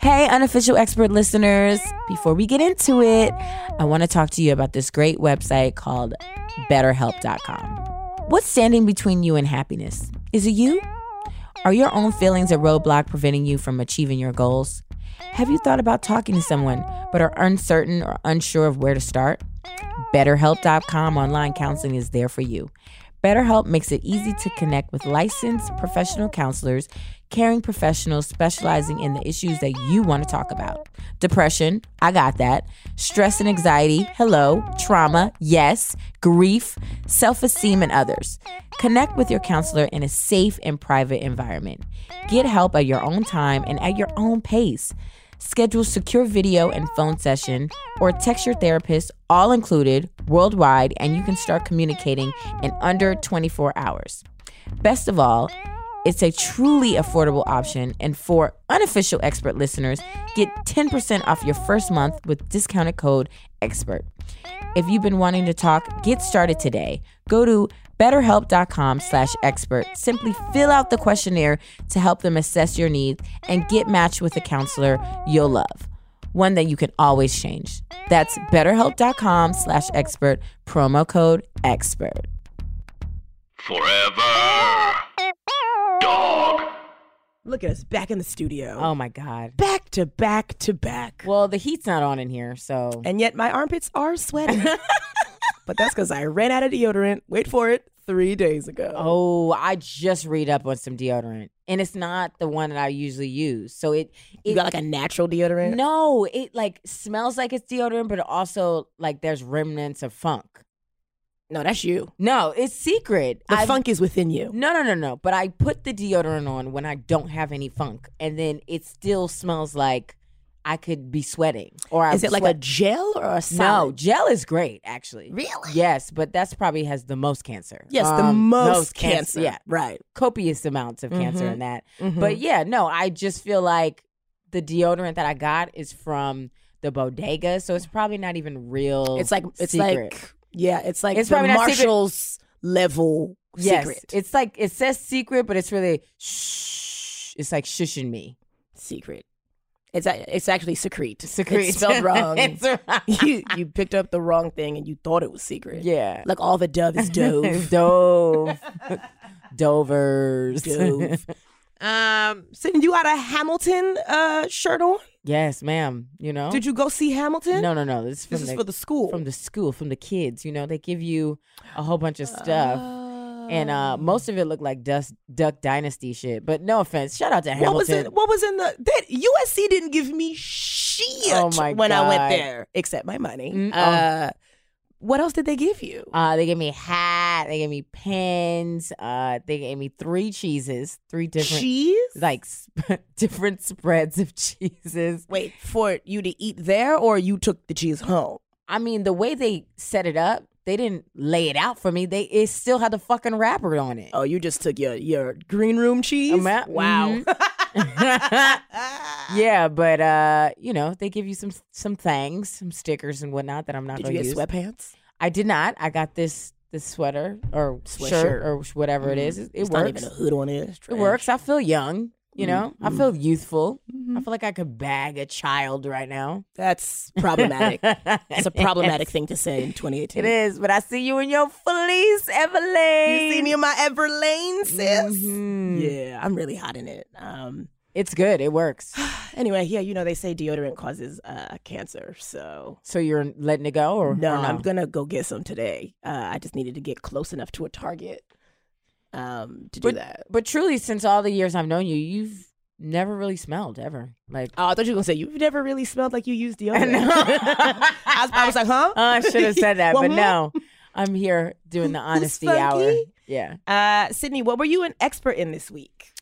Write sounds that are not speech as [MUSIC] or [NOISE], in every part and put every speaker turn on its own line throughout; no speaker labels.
Hey, unofficial expert listeners. Before we get into it, I want to talk to you about this great website called BetterHelp.com. What's standing between you and happiness? Is it you? Are your own feelings a roadblock preventing you from achieving your goals? Have you thought about talking to someone but are uncertain or unsure of where to start? BetterHelp.com online counseling is there for you. BetterHelp makes it easy to connect with licensed professional counselors, caring professionals specializing in the issues that you want to talk about. Depression, I got that. Stress and anxiety, hello. Trauma, yes. Grief, self esteem, and others. Connect with your counselor in a safe and private environment. Get help at your own time and at your own pace. Schedule secure video and phone session or text your therapist, all included, worldwide, and you can start communicating in under 24 hours. Best of all, it's a truly affordable option, and for unofficial expert listeners, get 10% off your first month with discounted code EXPERT. If you've been wanting to talk, get started today. Go to betterhelp.com slash expert. Simply fill out the questionnaire to help them assess your needs and get matched with a counselor you'll love. One that you can always change. That's betterhelp.com slash expert, promo code expert.
Forever. Dog.
Look at us back in the studio.
Oh my God.
Back to back to back.
Well, the heat's not on in here, so.
And yet my armpits
[LAUGHS]
are sweating. but that's because I ran out of deodorant. Wait for it. Three days ago.
Oh, I just read up on some deodorant, and it's not the one that I usually use. So it,
you
it
got like a natural deodorant?
no, it like smells like it's deodorant, but it also like there's remnants of funk.
No, that's you.
No, it's secret.
The
I've-
funk is within you.
No, no, no, no. But I put the deodorant on when I don't have any funk, and then it still smells like I could be sweating. Or I
Is it like a
sweat-
gel or a
no
solid?
gel is great actually.
Really?
Yes, but that's probably has the most cancer.
Yes, the
Um,
most, cancer.
Yeah,
Right.
copious amounts of cancer
Mhm.
in that.
But
But yeah, no, I just feel like the deodorant that I got is from the bodega, so it's probably not even real.
it's like it's
Oh, secret.
like yeah, it's like
It's
the
probably not secret.
Marshall's level
yes,
secret.
it's like it says secret, but it's really shh. It's like shushing me.
secret. It's a- it's actually secrete.
Secret
It's spelled
[LAUGHS]
wrong.
It's right.
you you picked up the wrong thing and you thought it was secret.
yeah,
Like all the dove is dove.
[LAUGHS]
[LAUGHS]
dove, dovers,
dove. Um, so you got a Hamilton uh shirt on?
[LAUGHS] yes, ma'am. You know,
Did you go see Hamilton?
Oh. no, no, no. This is from
This is
the
for the school. Ah.
from the school, from the kids. You know, they give you a whole bunch of stuff. and uh,
Oh.
most of it looked like Dust Duck Dynasty shit. But no offense, shout out to
what was
Hamilton.
in what was in the that USC didn't give me shit
Oh my
when I went
God.
there except my money.
Mm, oh.
Uh, what else did they give you?
Uh, they gave me a hat. They gave me pens. Uh, they gave me three cheeses, three different
Cheese?
like sp- [LAUGHS] different spreads of cheeses.
wait for you to eat there or you took the cheese home?
I mean, the way they set it up, they didn't lay it out for me. They it still had the fucking wrapper on it.
Oh, you just took your your green room cheese. Mm-hmm.
Um, uh,
wow.
[LAUGHS]
Oh.
Yeah, but uh, you know, they give you some some things, some stickers and whatnot that I'm not
Did you
gonna
get
use.
sweatpants?
I did not. I got this this sweater or shirt
Sweatshirt.
or sh- whatever it is. It, it
Mm-hmm. it's
works.
Not even a Mm-hmm. hood on it. It's
it
trash.
works. I feel young. You know, I feel youthful.
Mm-hmm.
I feel like I could bag a child right now.
That's
[LAUGHS]
problematic. it's a problematic
Yes,
thing to say in 2018.
It is, but I see you in your fleece, Evelyn.
You see me in my Everlane, sis.
Mhm.
Yeah, I'm really hot in it. Um.
It's good. It
[SIGHS]
works.
Anyway, yeah, you know they say deodorant causes uh cancer, so.
So you're letting it go, or or
No, I'm gonna go get some today. Uh, I just needed to get close enough to a Target um, to do
But-
that.
But truly, since all the years I've known you, you've never really smelled ever.
[LAUGHS]
Like
Oh, I thought you were gonna say you've never really smelled like you used deodorant.
know.
[LAUGHS] I, was, I was like, huh?
Oh, I should have said that,
Well,
but
hmm?
no. I'm here doing the
[LAUGHS] Who's
honesty hour.
funky?
Yeah.
Uh, Sydney, what were you an expert in this week?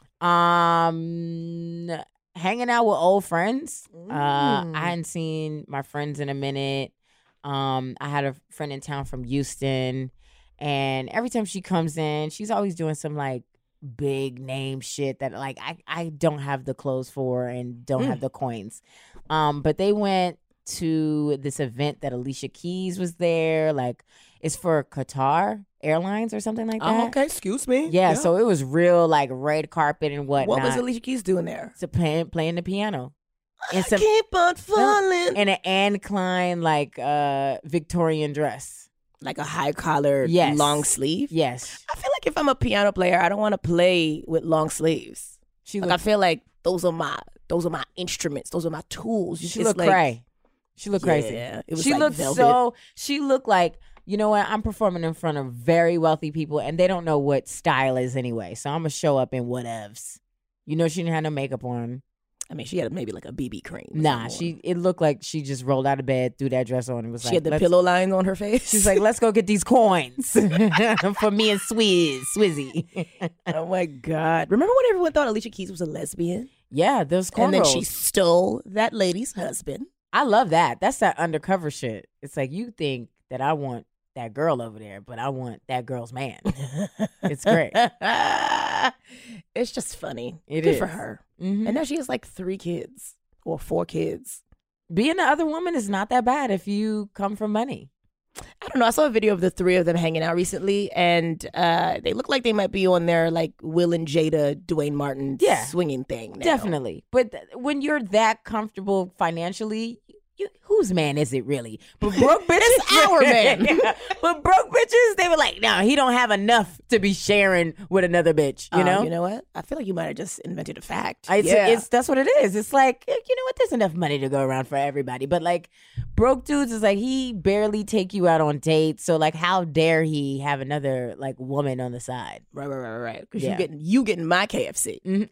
Um, hanging out with old friends. Uh,
Mm.
I hadn't seen my friends in a minute. Um, I had a friend in town from Houston, and every time she comes in, she's always doing some like big name shit that like I I don't have the clothes for and don't
Mm.
have the coins. Um, but they went to this event that Alicia Keys was there. Like, it's for Qatar Airlines or something like that.
Oh, okay, excuse me.
Yeah, so it was real like red carpet and whatnot.
what was Alicia Keys doing there?
to playing playing the piano and
I
some
keep on falling.
in an Anne Klein like uh Victorian dress.
like a high collar,
Yes.
long sleeve.
Yes,
I feel like if I'm a piano player, I don't want to play with long sleeves.
she
Like I
looked
feel like those are my those are my instruments. Those are my tools.
she
It's
looked
like,
cray. She looked crazy.
Yeah, it was
she
like
looked
velvet.
so. She looked like you know what? I'm performing in front of very wealthy people, and they don't know what style is anyway. So I'm gonna show up in whatevs. You know, she didn't have no makeup on.
I mean, she had maybe like a BB cream. or
Nah,
something on.
she. It looked like she just rolled out of bed, threw that dress on, and was
she
like,
had the
"Let's
pillow lines on her face. [LAUGHS]
She's like, let's go get these coins [LAUGHS] for me and Swizz, Swizzy.
oh my god! Remember when everyone thought Alicia Keys was a lesbian,
yeah, those cornrows.
and then she stole that lady's husband?
I love that. That's that undercover shit. It's like you think that I want that girl over there, but I want that girl's
[LAUGHS]
man. [LAUGHS] It's great.
it's just funny.
It
Good for
is.
her.
Mhm.
And now she has like three kids or four kids.
Being the other woman is not that bad if you come from money.
I don't know. I saw a video of the three of them hanging out recently, and uh, they look like they might be on their like Will and Jada, Dwayne Martin
Yeah.
swinging thing. now.
Definitely. But th- when you're that comfortable financially, you, whose man is it really? But broke bitches,
[LAUGHS] It's our man.
Yeah. [LAUGHS] But broke bitches, they were like, no, he don't have enough to be sharing with another bitch. You
Um,
know,
you know what? I feel like you might have just invented a fact.
It's,
yeah.
it's that's what it is. It's like eh, you know what? There's enough money to go around for everybody, but like broke dudes is like he barely take you out on dates. So like, how dare he have another like woman on the side?
right, right, right, right. Because
Yeah.
you getting you getting my KFC.
[LAUGHS] Mhm.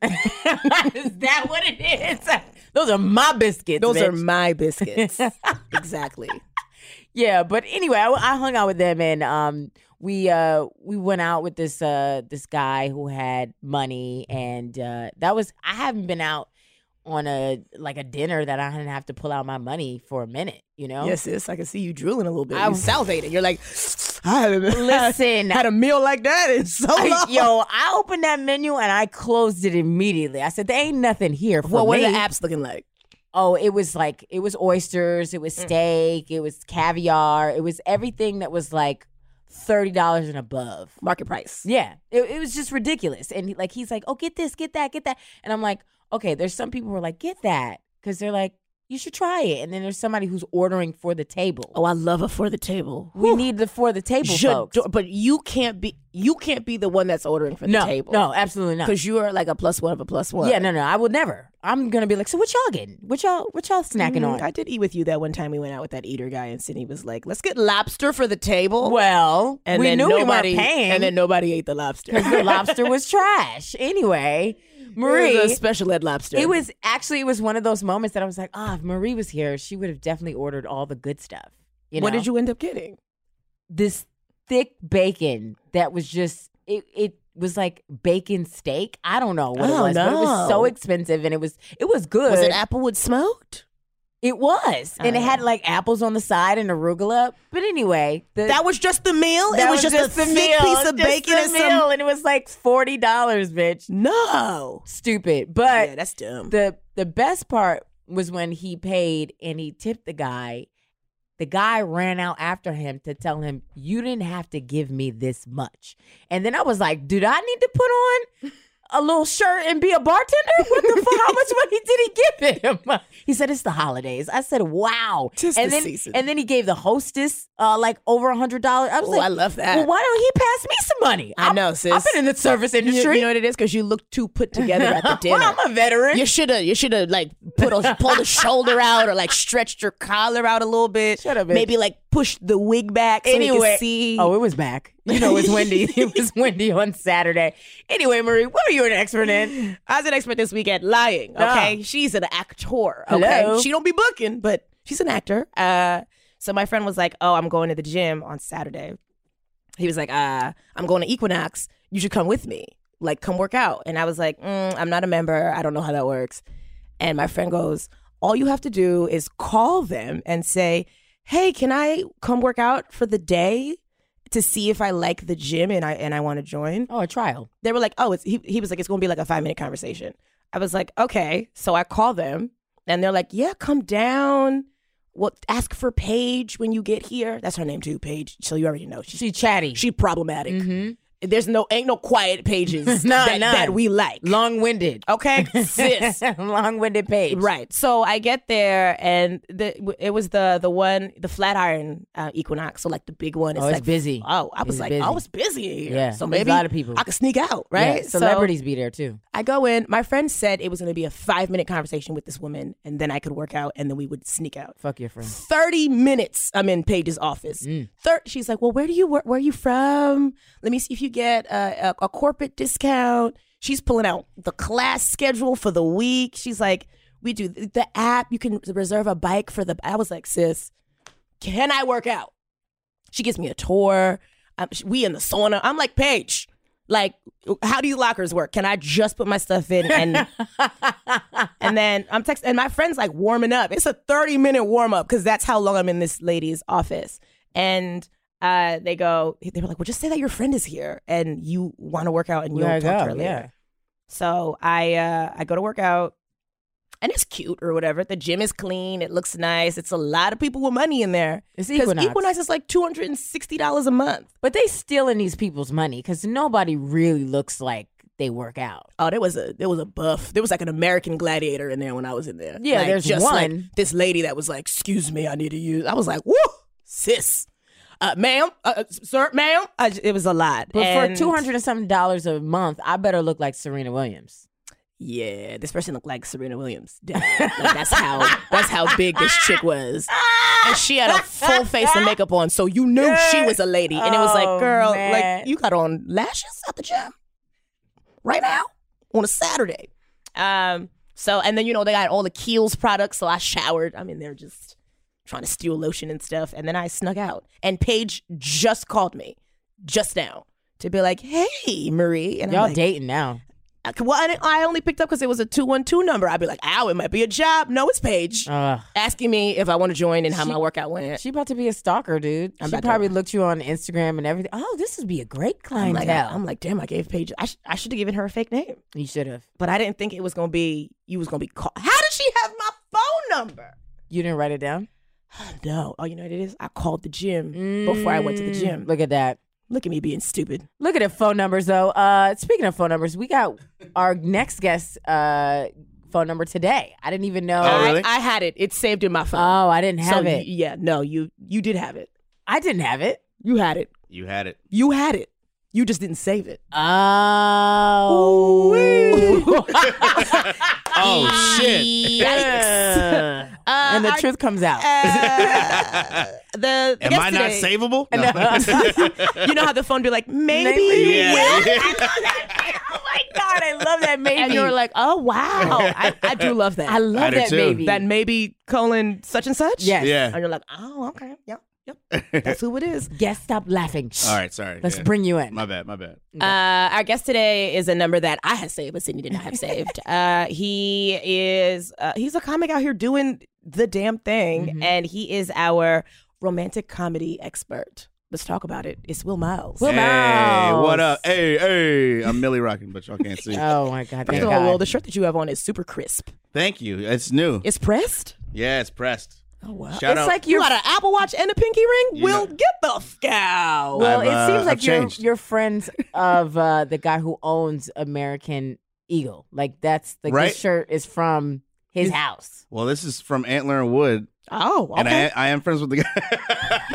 is that what it is? [LAUGHS] Those are my biscuits.
Those are
bitch. [LAUGHS]
my biscuits. exactly.
Yeah, but anyway, I, I hung out with them and um we uh we went out with this uh this guy who had money and uh that was I haven't been out on a like a dinner that I didn't have to pull out my money for a minute, you know?
Yes, sis. I can see you drooling a little bit.
I-
you salivating. You're like, [LAUGHS] I haven't
Listen,
had a meal like that in so long.
I- yo, I opened that menu and I closed it immediately. I said there ain't nothing here for
[LAUGHS] well, what
me.
are the apps looking like?
oh, it was like it was oysters, it was
Mm.
steak, it was caviar, it was everything that was like thirty dollars and above.
Market price.
Yeah, it, it was just ridiculous. And he- like he's like, "Oh, get this, get that, get that," and I'm like, "Okay." There's some people who are like, "Get that," because they're like, "You should try it." And then there's somebody who's ordering for the table.
Oh, I love a for the table.
we
Whew.
need the for the table
Should-
folks.
but you can't be you can't be the one that's ordering for the
no,
table.
no, absolutely not.
because you are like a plus one of a plus one.
Yeah, no, no, I would never. I'm gonna be like, "So what y'all getting? What y'all, what y'all snacking
Mm,
on?"
I did eat with you that one time we went out with that eater guy, and Sydney was like, "Let's get lobster for the table."
well,
and
we
then
knew
nobody,
we weren't paying,
and then nobody ate the lobster.
the
[LAUGHS]
lobster was trash anyway. Marie,
it was a special ed lobster.
It was actually it was one of those moments that I was like, ah, if Marie was here, she would have definitely ordered all the good stuff. You know?
What did you end up getting?
This thick bacon that was just it. It was like bacon steak. I don't know what it
Oh,
was, but it was so
no.
expenlewood and it was it was good.
Was it applewood smoked?
It was, and
Oh,
it had like apples on the side and arugula. But anyway, the,
That was just the meal.
that
it was, just, a
the
thick
meal,
piece of
just
bacon
the
and
meal,
some.
and it was like forty dollars, bitch.
No,
Stupid, but
yeah, that's dumb.
the the best part was when he paid and he tipped the guy. The guy ran out after him to tell him, "You didn't have to give me this much." And then I was like, "Dude, I need to put on a little shirt and be a bartender? What the fuck? How much money did he give him?" [LAUGHS] He said, "It's the holidays." I said, "Wow."
Tis
and
the
then
season.
and then he gave the hostess uh, like over a hundred dollars. I was
oh,
like,
I love that.
"Well, why don't he pass me some money?"
I
I'm-
know, sis.
I've been in the service
You-
industry.
You, know what it is because you look too put together at [LAUGHS] the dinner.
well, I'm a veteran.
you should have you should have like put [LAUGHS] a pulled a shoulder out or like stretched your collar out a little bit.
Shut up, bitch.
Maybe like push the wig back so we
anyway,
can see.
oh, it was back. You know, it's [LAUGHS] windy. it was windy on Saturday. Anyway, Marie, what are you an expert in?
I was an expert this weekend lying. Okay, she's an actor. Okay,
Hello?
she don't be booking, but she's an actor. Uh, so my friend was like, "Oh, I'm going to the gym on Saturday." He was like, "Uh, I'm going to Equinox. You should come with me." like come work out and i was like mm, i'm not a member i don't know how that works and my friend goes all you have to do is call them and say hey can i come work out for the day to see if i like the gym and i and i want to join
Oh, a trial.
they were like, oh, it's he, he was like, it's gonna be like a five minute conversation. I was like, okay. So I call them and they're like, yeah, come down. Well, ask for Paige when you get here. That's her name too, Paige. So you already know she's
She chatty.
she problematic.
hmm
There's no ain't no quiet
[LAUGHS]
pages
None,
that,
none.
that we like.
Long-winded. Oh, [LAUGHS]
okay, sis.
Long-winded page.
Right. So I get there and the, it was the the one the Flatiron uh, Equinox. So like the big one. It's
Oh, it's
like
busy.
Oh, I was
It's
like,
busy.
I was busy. in here.
Yeah.
So
There's
maybe
a lot of people.
I could sneak out. Right.
Yeah,
So-
Celebrities be there too.
I go in. My friend said it was going to be a five minute conversation with this woman, and then I could work out, and then we would sneak out.
Fuck your friends.
30 minutes I'm in Paige's office. Thir- she's like, Well, where do you work? Where are you from? Let me see if you get a, a, a corporate discount. She's pulling out the class schedule for the week. She's like, We do th- the app. You can reserve a bike for the. I was like, Sis, can I work out? She gives me a tour. Um, sh- we in the sauna. I'm like, Paige, like, how do you lockers work? Can I just put my stuff in and
[LAUGHS]
and then I'm texting, and my friend's like warming up. It's a 30 minute warm up because that's how long I'm in this lady's office. And uh, they go, they were like, well, just say that your friend is here and you want to work out and you'll
Where I
talk to
go,
her later.
yeah.
So I uh, I go to work out, and it's cute or whatever. The gym is clean. It looks nice. It's a lot of people with money in there.
It's
'Cause
Equinox.
Equinox is like two hundred and sixty dollars a month.
But they stealing these people's money because nobody really looks like they work out.
Oh, there was a there was a buff. There was like an American gladiator in there when I was in there.
Yeah,
Like,
there's
just like,
one.
this lady that was like, "Excuse me, I need to use." I was like, "Woo, sis, uh, ma'am, uh, uh, sir, ma'am." I j- it was a lot.
But
And-
for two hundred and something dollars a month, I better look like Serena Williams.
yeah, this person looked like Serena Williams. Damn. like, that's how that's how big this chick was. And she had a full face of makeup on, so you knew she was a lady. And it was
Oh,
like, girl,
man.
like you got on lashes at the gym right now on a Saturday. Um, so and then you know they got all the Kiehl's products, so I showered. I'm in there just trying to steal lotion and stuff, and then I snuck out. And Paige just called me just now to be like, "Hey, Marie," and I'm
Y'all
like,
dating now?
I- Uh, Well, I, didn't- I only picked up because it was a 212 number. I'd be like, ow, it might be a job. No, it's Paige.
Ugh.
Asking me if I want to join and how
Oh. She-
my workout went.
She about to be a stalker, dude.
I'm
she
about to-
probably looked you on Instagram and everything. Oh, this would be a great
I'm
clientele.
like, I'm like, damn, I gave Paige, I, sh- I should have given her a fake name.
you should have.
But I didn't think it was going to be, you was going to be called. How did she have my phone number?
You didn't write it down
No. Oh, you know what it is? I called the gym before I went to the
Mm,
gym. Look,
Look at that.
look at me being stupid.
Look at the phone numbers though. Uh, speaking of phone numbers, we got our next guest uh, phone number today. I didn't even know.
Oh,
I,
really?
I had it. It's saved in my phone.
Oh, I didn't have
so
it.
You, yeah, no, you you did have it.
I didn't have it.
You had it.
You had it.
You had it. You just didn't save it.
[LAUGHS] Oh.
Oh shit.
[LAUGHS]
Yikes. Oh, and the
our-
truth comes [LAUGHS] out.
Uh, [LAUGHS] the, the
Am
guest
I not
today-
savable?
[LAUGHS] you know how the phone be like, maybe,
Maybe.
you
Yeah.
will.
oh my God, I love that maybe.
And you're like,
[LAUGHS]
oh wow, I, I do love that.
I love
I do
that
too.
baby.
that maybe colon such and such.
yes.
Yeah.
And you're like, oh okay, yep, yep, that's who it is.
Yes, stop laughing.
[LAUGHS] All right, sorry.
Let's
Yeah.
bring you in.
My bad, my bad.
Uh, our guest today is a number that I had saved, but Sydney did not have
[LAUGHS]
saved. Uh, he is uh, he's a comic out here doing the damn thing,
Mhm.
and he is our romantic comedy expert. Let's talk about it. It's Will Miles.
Will-
Hey,
Miles.
what up? Hey, hey. I'm Millie rocking, but y'all can't
[LAUGHS]
see.
Oh my God.
First
Thank
of all,
God.
Will, the shirt that you have on is super crisp.
Thank you. It's new.
It's pressed.
Yeah, it's pressed.
Oh wow.
Shout
it's
out.
like
You
your
got an Apple Watch and a pinky ring?
You
Will,
know-
get the f out.
well,
I've,
it seems
uh,
like
I've
you're
changed.
you're friends of uh, the guy who owns American Eagle. Like that's the
Right?
shirt is from his house.
well, this is from Antler and Wood,
Oh,
and I, I am friends with the guy.
[LAUGHS]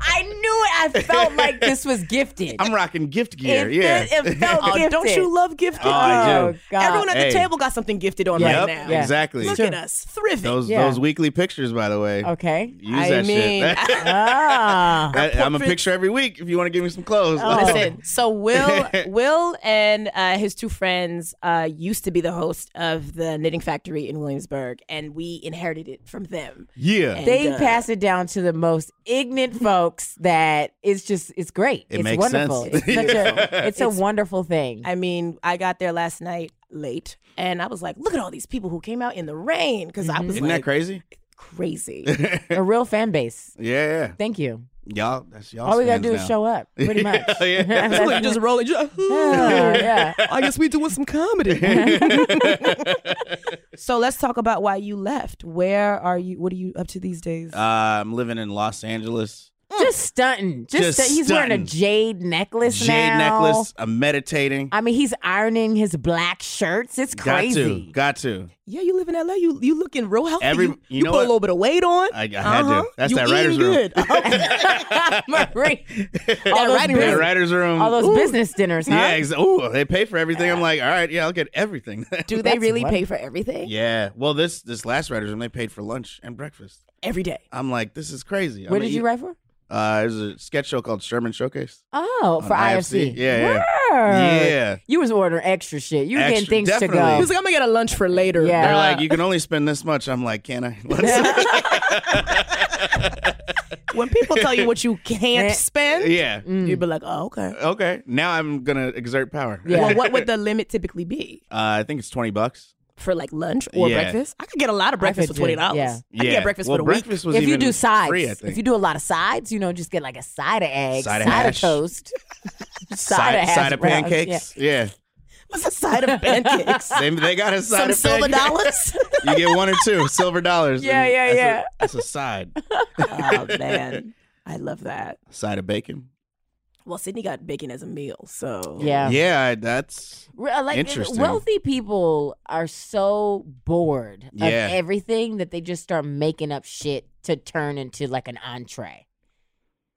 I knew it. I felt like this was gifted.
[LAUGHS] I'm rocking gift gear.
It
yeah.
fit- it
[LAUGHS]
felt
Oh,
gifted.
don't you love gifted?
Oh, I do.
Oh, God.
Everyone at the
Hey.
table got something gifted on
yep,
right now.
Yeah.
exactly.
Look at us, thriving.
Those
Yeah.
those weekly pictures, by the way.
okay.
[LAUGHS] Use
I
that
mean-
shit.
Ah.
That- I'm a
portraits-
picture every week. If you want to give me some clothes,
Oh.
Listen, so Will, Will, and uh, his two friends uh, used to be the host of the Knitting Factory in Williamsburg, and we inherited it from them.
[LAUGHS] Yeah.
And,
They
uh,
pass it down to the most ignorant folks that it's just it's great.
It
it's
makes
wonderful.
sense.
It's, such a,
[LAUGHS]
it's, a
It's-
wonderful thing.
I mean, I got there last night late, and I was like, look at all these people who came out in the rain because I was
Isn't
like
that crazy?
crazy.
a real fan base.
Yeah.
Thank you.
Y'all, that's y'all.
All we gotta do is show up, pretty much.
[LAUGHS] Yeah,
[LAUGHS]
yeah.
That's-
Like, just rolling.
uh,
just-
[LAUGHS]
yeah, yeah.
I guess we doing some comedy. so let's talk about why you left. Where are you? What are you up to these days?
Uh, I'm living in Los Angeles.
Just stunting. Just,
Just
stu- he's wearing a
stunting.
jade necklace
Jade
now.
necklace. I'm meditating.
I mean, he's ironing his black shirts. It's
got
crazy.
[LAUGHS] to. Got to.
yeah, you live in LA. You you looking real healthy.
Every-
you
you
you
know
put a
what?
little bit of weight [LAUGHS] on.
I- I had
Uh-huh.
to. That's
you
that
eating
writer's room.
[LAUGHS]
good.
Marie, all,
That
those
Yeah,
writing
bus-
room.
writer's room.
all those business dinners, huh? Uh.
Yeah, exa- ooh, they pay for everything. I'm like, all right, yeah, I'll get everything. [LAUGHS]
Do they
That's
really
what-
pay for everything
yeah. Well, this this last writer's room, they paid for lunch and breakfast.
every [LAUGHS] day?
I'm like, this is crazy.
Where did you write for?
Uh, there's a sketch show called Sherman Showcase.
Oh,
on
for IFC.
Yeah, yeah.
Word.
Yeah.
You was ordering extra shit. You were getting
Extra-
things
definitely.
to
He
go.
was like, I'm gonna get a lunch for later.
Yeah.
They're
Uh,
like, you can only spend this much. I'm like, can I? [LAUGHS] Let's-
When people tell you [LAUGHS] what you can't
[LAUGHS]
spend,
yeah.
Mm.
you'd be like, oh okay.
Okay. Now I'm gonna exert power.
Yeah.
Well, what would the limit typically be
Uh, I think it's twenty bucks.
for like lunch or
Yeah.
breakfast? I could get a lot of breakfast
could
for
do-
twenty dollars.
yeah.
I could
yeah.
get breakfast
well,
for the week.
breakfast was
if you
even
do sides,
free, I think.
if you do a lot of sides, you know, just get like a side of eggs,
Side
side,
of
of
hash.
toast,
side,
hash
side of
browns.
pancakes. Yeah.
What's a side [LAUGHS] of pancakes?
They, they got a side
Some
of
silver
pancakes.
dollars?
You get one or two silver dollars.
Yeah,
and
yeah,
that's a-
yeah.
That's a side.
[LAUGHS] oh [LAUGHS] man, I love that.
Side of bacon.
Well, Sydney got bacon as a meal, so
Yeah. yeah.
Yeah, I- that's
Re- uh, Like
Interesting.
wealthy people are so bored of
Yeah.
everything that they just start making up shit to turn into like an entree.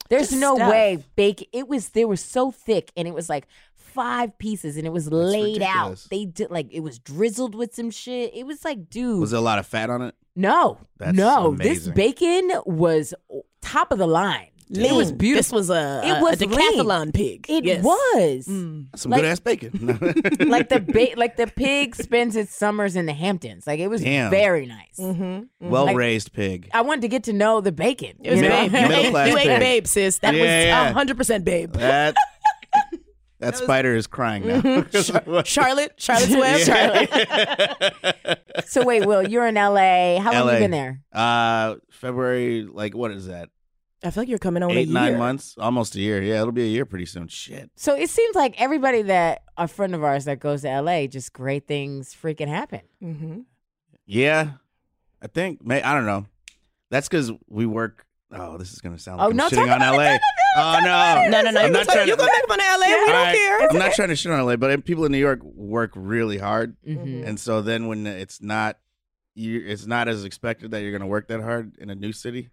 There's
Just
no
stuff.
way bacon. It was they were so thick and it was like five pieces and it was laid
ridiculous.
out. They did like it was drizzled with some shit. It was like, dude,
was there a lot of fat on it.
No,
That's
no.
amazing.
This bacon was top of the line. It was
Lean.
beautiful.
This was a
It
it
was
was a
lean.
decathlon pig.
it
Yes.
was
Some
Like-
good ass
[LAUGHS]
bacon. [LAUGHS]
like the ba- like the pig spends its summers in the Hamptons. Like it was
Damn.
very nice.
Mm. Mm-hmm.
well raised pig.
I wanted to get to know the bacon.
It was
you know?
babe. You
[LAUGHS]
Middle
ate,
class
you ate
pig.
babe, sis. That
Yeah, yeah.
was hundred percent babe.
[LAUGHS]
That that spider is crying now.
Mm-hmm.
[LAUGHS]
Charlotte, [LAUGHS] Charlotte's Web. Charlotte.
so wait, Will, you're in LA. How long
LA.
you been there?
uh, February, like what is that?
I feel like you're coming on a
Eight,
year.
nine months, almost a year. Yeah, it'll be a year pretty soon. Shit.
So it seems like everybody that a friend of ours that goes to LA, just great things freaking happen.
Mm-hmm.
Yeah, I think. May I don't know. That's because we work. Oh, this is gonna sound like
Oh,
I'm
no,
shitting
talk
on LA. Oh no,
No, no, no.
I'm
You
not
gonna,
trying
you
to.
gonna make fun of LA? We
All
don't
right,
care.
I'm not trying to shit on LA, but people in New York work really hard,
Mm.
Mhm.
and so then when it's not, you it's not as expected that you're gonna work that hard in a new city.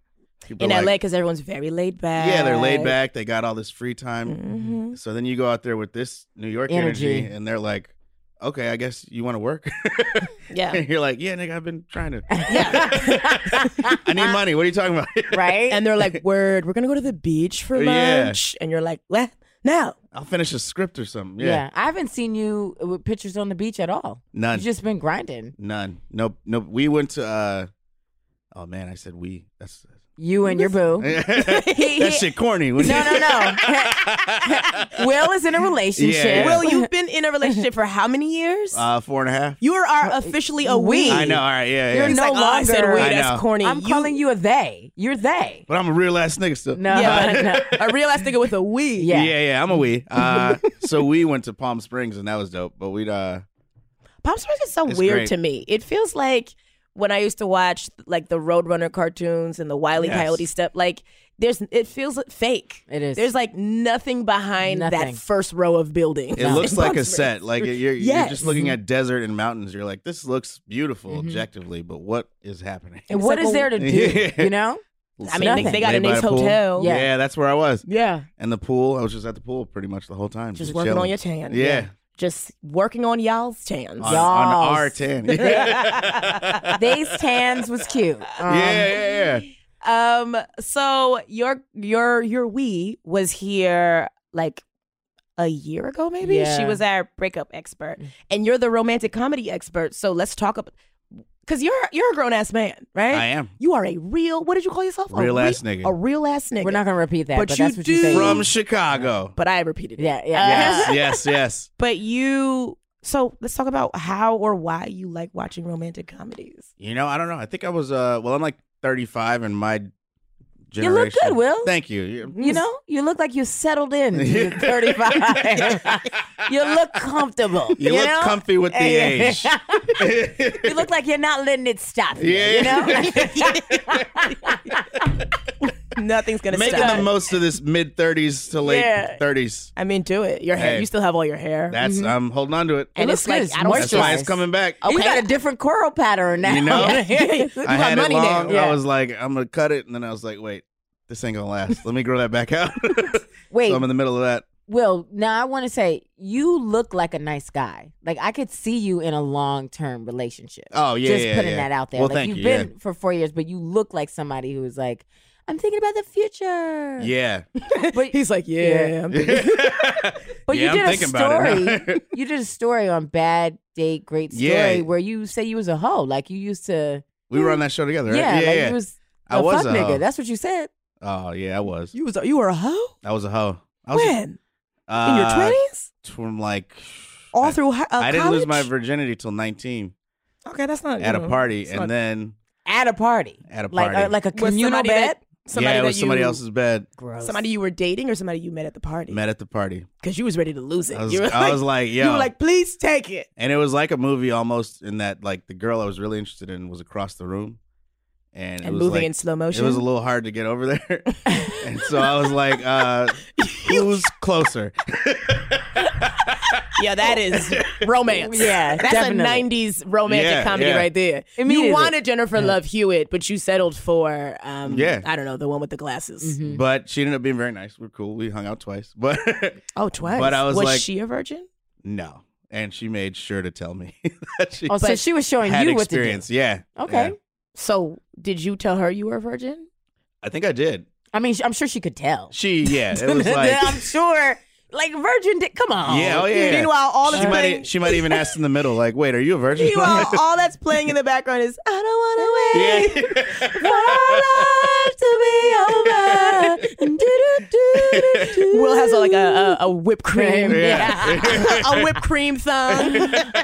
People
In
are like,
LA, because everyone's very laid back.
Yeah, they're laid back. They got all this free time.
Mm-hmm.
So then you go out there with this New York energy,
Energy.
and they're like, okay, I guess you want to work?
Yeah.
Uh,
and [LAUGHS] you're like, yeah, nigga, I've been
[LAUGHS]
trying to.
Yeah.
[LAUGHS] I need money. What are you talking about? [LAUGHS]
right?
And they're like, "Word, we're gonna go to the beach for
Yeah.
lunch," and you're like, "What? Now?"
I'll finish a script or something.
yeah.
Yeah.
I haven't seen you with pictures on the beach at all.
None.
You've just been grinding.
None. Nope. Nope. We went to, uh, oh man, I said we.
[LAUGHS]
That's.
You and your boo.
[LAUGHS] that shit corny. No,
No, no,
[LAUGHS]
no. [LAUGHS] Will is in a relationship.
Yeah.
Will, you've been in a relationship for how many years?
Uh, four and a half.
you are officially a
We.
we.
I know. All right. Yeah.
You're
yeah.
He's
no
like, "Oh, I said
longer-
we.
I
That's
know.
corny.
I'm calling you a they. You're they.
But I'm a real ass nigga still.
No,
Yeah.
no.
a real ass nigga with a we.
Yeah.
Yeah. yeah, I'm a we. Uh, so we went to Palm Springs and that was dope. But we'd uh,
Palm Springs is so
It's
weird
great.
to me. It feels like when I used to watch like the Roadrunner cartoons and the Wile E.
Yes.
Coyote stuff. Like there's, it feels fake.
[LAUGHS] It is.
There's like nothing behind
Nothing.
that first row of buildings.
It looks like a
Springs.
set. Like you're, you're
Yes. Mm-hmm.
just looking at desert and mountains. You're like, this looks beautiful objectively, but what is happening?
and
It's
what
like,
is there [LAUGHS]
well-
to do?
Yeah.
You know?
[LAUGHS] I mean, they, they got
Lay
a
by
nice
the pool.
hotel.
Yeah.
Yeah.
that's where I was.
Yeah.
And the pool, I was just at the pool pretty much the whole time.
Just working on
chilling.
your tan.
Yeah.
Just working on y'all's tans.
On, on
Yas.
our
[LAUGHS]
tan. [LAUGHS] Yeah,
[LAUGHS]
yeah,
These tans was cute. Um,
yeah. yeah.
Um. So your your your we was here like a year ago, maybe.
Yeah.
Mm.
She was our breakup expert, and you're the romantic comedy expert. So let's talk about. Cause you're you're a grown ass man, right?
I am.
You are a real. What did you call yourself? a
Real
re-
ass nigga.
A real ass nigga.
We're not gonna repeat that,
But
but,
you
that's what you Uh, say.
do-
From Chicago.
but uh, I repeated it.
yeah, yeah.
[LAUGHS]
Yes, yes, yes.
But you. So let's talk about how or why you like watching romantic comedies.
You know, I don't know. I think I was uh well, I'm like 35 and my generation.
You look good, Will.
Thank you.
You know, you look like you settled
[LAUGHS]
in. You're
[LAUGHS]
35. you look comfortable.
You, look
know?
comfy with the age.
you look like you're not letting it stop you.
Yeah.
[LAUGHS] You
[LAUGHS]
know?
Nothing's
[LAUGHS]
gonna
Making
stop.
the most of this mid 30s to late
Yeah.
30s.
I mean, do it. Your hair.
Hey.
You still have all your hair.
That's I'm holding on to it.
and
looks
it's
good.
like
It's
I don't
That's why it's
moisturized.
coming back.
You
Okay.
got a different curl pattern now.
You
[LAUGHS]
know? I
have
had
money
it
now.
long.
Yeah.
I was like, I'm gonna cut it, and then I was like, wait, this ain't gonna last. Let me grow that back out. [LAUGHS]
Wait,
so I'm in the middle of that.
Will, now I want to say you look like a nice guy. Like I could see you in a long term relationship.
Oh yeah,
Just
yeah,
putting
yeah.
that out there.
Well,
like
thank
you've
you.
been for four years, but you look like somebody who's like, I'm thinking about the future.
yeah.
[LAUGHS] But
He's like, yeah. I'm thinking-
[LAUGHS] yeah.
But
yeah,
you
I'm
did a
thinking about [LAUGHS] it now.
story. you did a story on bad date, great story,
Yeah.
where you say you was a hoe. Like you used to,
we were on that show together, right?
yeah,
yeah.
like
yeah.
you was a
I was
fuck
a
nigga.
hoe.
That's what you said.
oh yeah, I was.
You was a, you were a hoe.
I was a hoe. I was
When
Uh,
in your twenties,
From like
all
I,
through high, uh,
I didn't lose my
college?
virginity till 19
Okay, that's not
at
you
a
know,
party,
it's
and
not-
then
At a party,
at a
like
party,
uh, like a
Was
communal
somebody
bed.
that- somebody
yeah, it
that
was somebody
you-
else's bed.
Gross.
Somebody you were dating or somebody you met at the party?
Met at the party.
Because you was ready to lose it.
I was,
you were
I
[LAUGHS]
was like, yo,
you were like, please take it.
And it was like a movie almost in that like the girl I was really interested in was across the room. And, it
And
was
moving
like,
in slow motion.
It was a little hard to get over
[LAUGHS]
there. [LAUGHS] and so I was like, uh who's closer?
yeah, that
[LAUGHS]
is romance.
Yeah,
that's
definitely.
a '90s romantic
Yeah,
comedy
yeah.
right there.
Immediately.
You wanted Jennifer Love Hewitt, but you settled for um,
Yeah.
I don't know, the one with the
Mm-hmm.
glasses.
Mhm.
but she ended up being very nice. We're cool. We hung out twice. But [LAUGHS]
Oh, twice.
But I was like-
she a virgin?
no. And she made sure to tell me [LAUGHS] that she
Oh, so
But
she was showing
had
you what to do.
experience. Yeah.
Okay.
Yeah.
So did you tell her you were a virgin?
I think I did.
I mean, sh- I'm sure she could tell.
She yeah,
[LAUGHS]
it was like
I'm sure, like Virgin did. Come on.
Yeah, oh yeah.
Meanwhile, all
she
that's
might
playing,
she might even ask in the middle, like, wait, are you a virgin?
[LAUGHS] meanwhile, all that's playing in the background is I don't [LAUGHS] want to wait.
[LAUGHS] yeah.
For our lives to
[LAUGHS]
be over. Do-do-do-do-do.
Will has like a, a, a whipped cream,
Yeah.
[LAUGHS] a whipped
[LAUGHS]
cream thong.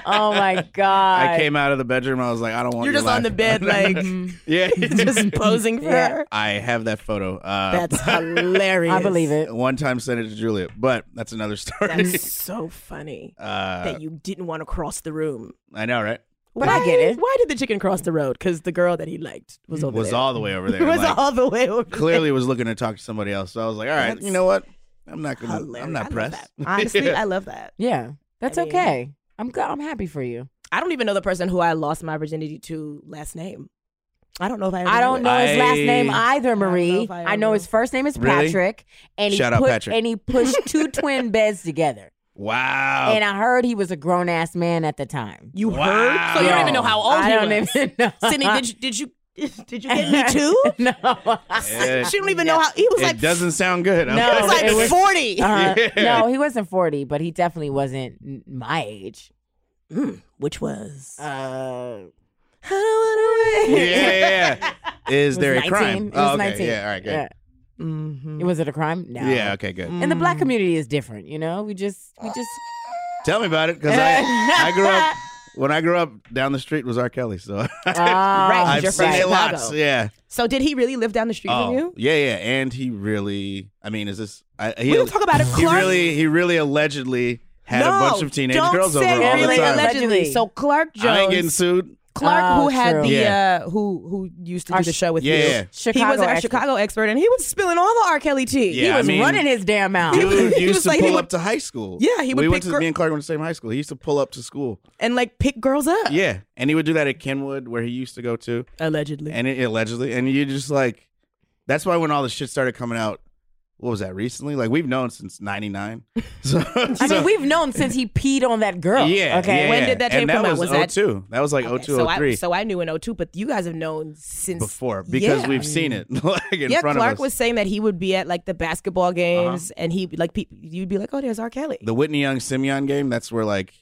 Oh
[LAUGHS]
my god.
I came out of the bedroom. I was like, I don't want.
You're
your
just on the
life.
bed, like
[LAUGHS] yeah.
[LAUGHS] just posing for
Yeah.
her.
I have that photo. Uh,
That's hilarious.
I believe it.
one time sent it to Juliet, but that's another [LAUGHS] story.
That's so funny
uh,
that you didn't want to cross the room.
I know, right?
But I get it.
Why did the chicken cross the road? Because the girl that he liked was
Mm.
over
Was
there. [LAUGHS]
all the way over there.
was
like,
all the way over.
clearly was looking to talk to somebody else. So I was like, all right,
That's
you know what? I'm not gonna.
Hilarious.
I'm
I
not
love
pressed. [LAUGHS]
that. Honestly, I love that.
Yeah, that's
I mean-
okay. I'm good. I'm happy for you.
I don't even know the person who I lost my virginity to last name. I don't know if I. Ever
I don't
it.
know his last
I-
name either,
don't know
Marie. I
if I
know,
ever will.
his first name is
Really?
Patrick, and he
Shout out
put,
Patrick.
and he pushed
[LAUGHS]
two twin beds together.
Oh.
wow.
And I heard he was a grown ass man at the time.
You
Wow.
heard? So you don't even [LAUGHS] know how old
I
he
don't
was.
even [LAUGHS] know.
Sydney, did you did you [LAUGHS] did you get
[LAUGHS]
me too?
[LAUGHS]
no.
[LAUGHS]
It-
she don't even know how he was
it
like.
doesn't sound good. I'm
No,
like-
He was like
[LAUGHS]
it was-
[LAUGHS] forty.
Uh,
Yeah.
No, he wasn't 40, but he definitely wasn't n- my age.
Mm, which was.
Uh,
I
yeah,
don't wanna
[LAUGHS]
wait.
yeah, yeah. Is
was
there
19.
a crime?
It was
oh, okay.
19.
Yeah. All right. Good.
Yeah.
Mhm.
Was it a crime? No.
Mm. Yeah, okay, good.
And the
Mm.
black community is different, you know? We just, we just.
Tell me about it, because I, I grew up when I grew up down the street was R. Kelly, so [LAUGHS]
Ah,
[LAUGHS] Right,
I've
Oh, you're
seen
from
it
Chicago.
lots. Yeah,
So did he really live down the street
Oh.
from you?
yeah, yeah. And he really, I mean, is this? I, he,
We don't talk about it,
He
Clark.
really, he really allegedly had a bunch
No,
of teenage
don't
girls over
say
all
really
the time.
alleged-
Allegedly. So Clark Jones,
I ain't getting sued.
Clark,
Oh,
who had
true.
the
Yeah.
uh, who who used to
Our
do the show with
yeah,
you,
yeah.
he was
Chicago
our
expert.
Chicago expert, and he was spilling all the R. Kelly tea.
Yeah,
he
I
was
mean,
running his damn mouth.
Dude
was
used to
like- [LAUGHS] he
pull
would-
up to high school.
Yeah, he would
We
pick
went to
gir-
me and Clark went to the same high school. He used to pull up to school.
and like pick girls up.
Yeah, and he would do that at Kenwood where he used to go to.
allegedly.
and it, allegedly, and you just like, that's why when all the shit started coming out, what was that recently? Like we've known since
[LAUGHS]
'99. [LAUGHS] So,
I mean, we've known since he peed on that girl.
yeah,
Okay.
yeah,
When
yeah.
did that tape
and that
come out?
Was
Was that-
02. That was like
Okay,
02,
so
03
I so I knew in 02, but you guys have known since
before because
Yeah.
we've seen it [LAUGHS] like in
yeah,
front
Clark
of us. Uh-huh.
was saying that he would be at like the basketball games, and he like pe- you'd be like, "Oh, there's R. Kelly."
the Whitney Young Simeon game. That's where like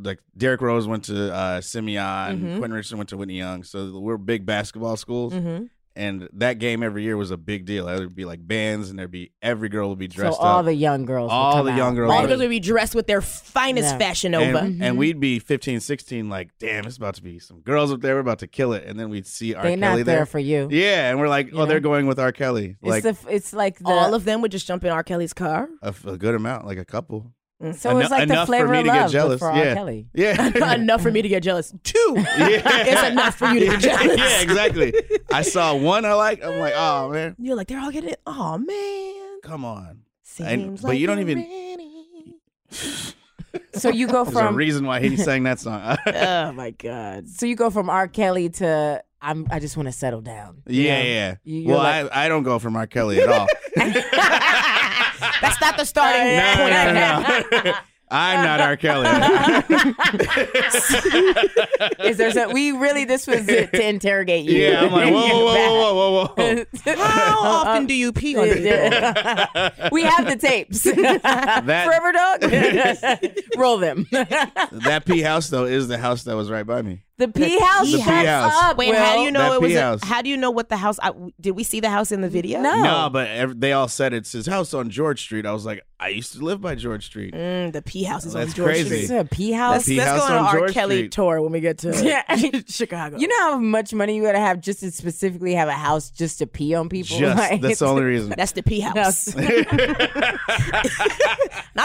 like Derrick Rose went to uh, Simeon,
Mm-hmm.
Quentin Richardson went to Whitney Young. So we're big basketball schools,
Mhm.
and that game every year was a big deal. There would be like bands, and there'd be every girl would be
So
dressed
all
up,
the young girls, would
All
come
the
out.
young girls
All
Right.
the girls would be dressed with their finest
Yeah.
fashion
and,
over.
Mm-hmm.
and we'd be 15, 16, like, damn, it's about to be some girls up there. We're about to kill it, and then we'd see R.
They
Kelly
not there,
there.
for you.
yeah, and we're like, oh,
know?
they're going with R. Kelly,
It's
like
the, it's like the
all of them would just jump in R.
[LAUGHS]
Kelly's car.
a, f- a good amount, like
[LAUGHS]
a couple.
so
Eno-
it's like the
enough for
flavor
me
of
to get
love, but
jealous,
for R.
yeah.
Kelly.
Yeah,
enough for me to get jealous.
[LAUGHS]
Two. It's enough for you to be
yeah,
jealous.
yeah, exactly.
[LAUGHS]
I saw one I like. I'm like, oh man,
You're like, they're all getting it. Oh, man.
come on.
Seems
And- but
like
you don't
you're
even-
ready.
So you
[LAUGHS]
go
There's a
from
reason why he sang that
[LAUGHS]
song. [LAUGHS] yeah,
Oh, my God.
so you go from R. Kelly to I'm I just want to settle down.
yeah.
You- you're
well,
like-
I, I don't go for Mark Kelly at
[LAUGHS]
all.
That's not the starting
[LAUGHS] no,
point.
no, no, no. [LAUGHS] I'm not
[LAUGHS]
R. Kelly. [LAUGHS]
Is there so we really this was it
[LAUGHS]
to interrogate you?
yeah,
[LAUGHS]
I'm like, whoa, whoa, whoa, whoa, whoa, whoa.
Uh,
How often do you
Oh,
pee on
[LAUGHS]
people?
we have the tapes. Forever dog. [LAUGHS] Roll them.
That P house though is the house that was right by me.
The P house.
The P
shuts
house.
Up,
Wait, how do
Will.
you know
that
it was?
pee
A,
house.
how do you know what the house? I, did we see the house in the video?
No.
No, but ev- they all said it's his house on George Street. I was like, I used to live by George Street.
Mm, the pee house is
That's
on George
crazy.
Street.
Is there a P house?
That's Pea
Let's go
House
on an
on
R.
George
Kelly
Street.
tour when we get to
[LAUGHS]
[LAUGHS]
Yeah.
Chicago.
You know how much money you gotta have just to specifically have a house just to pee on people. [LAUGHS]
Just
Like,
that's the only reason.
that's the pee house, not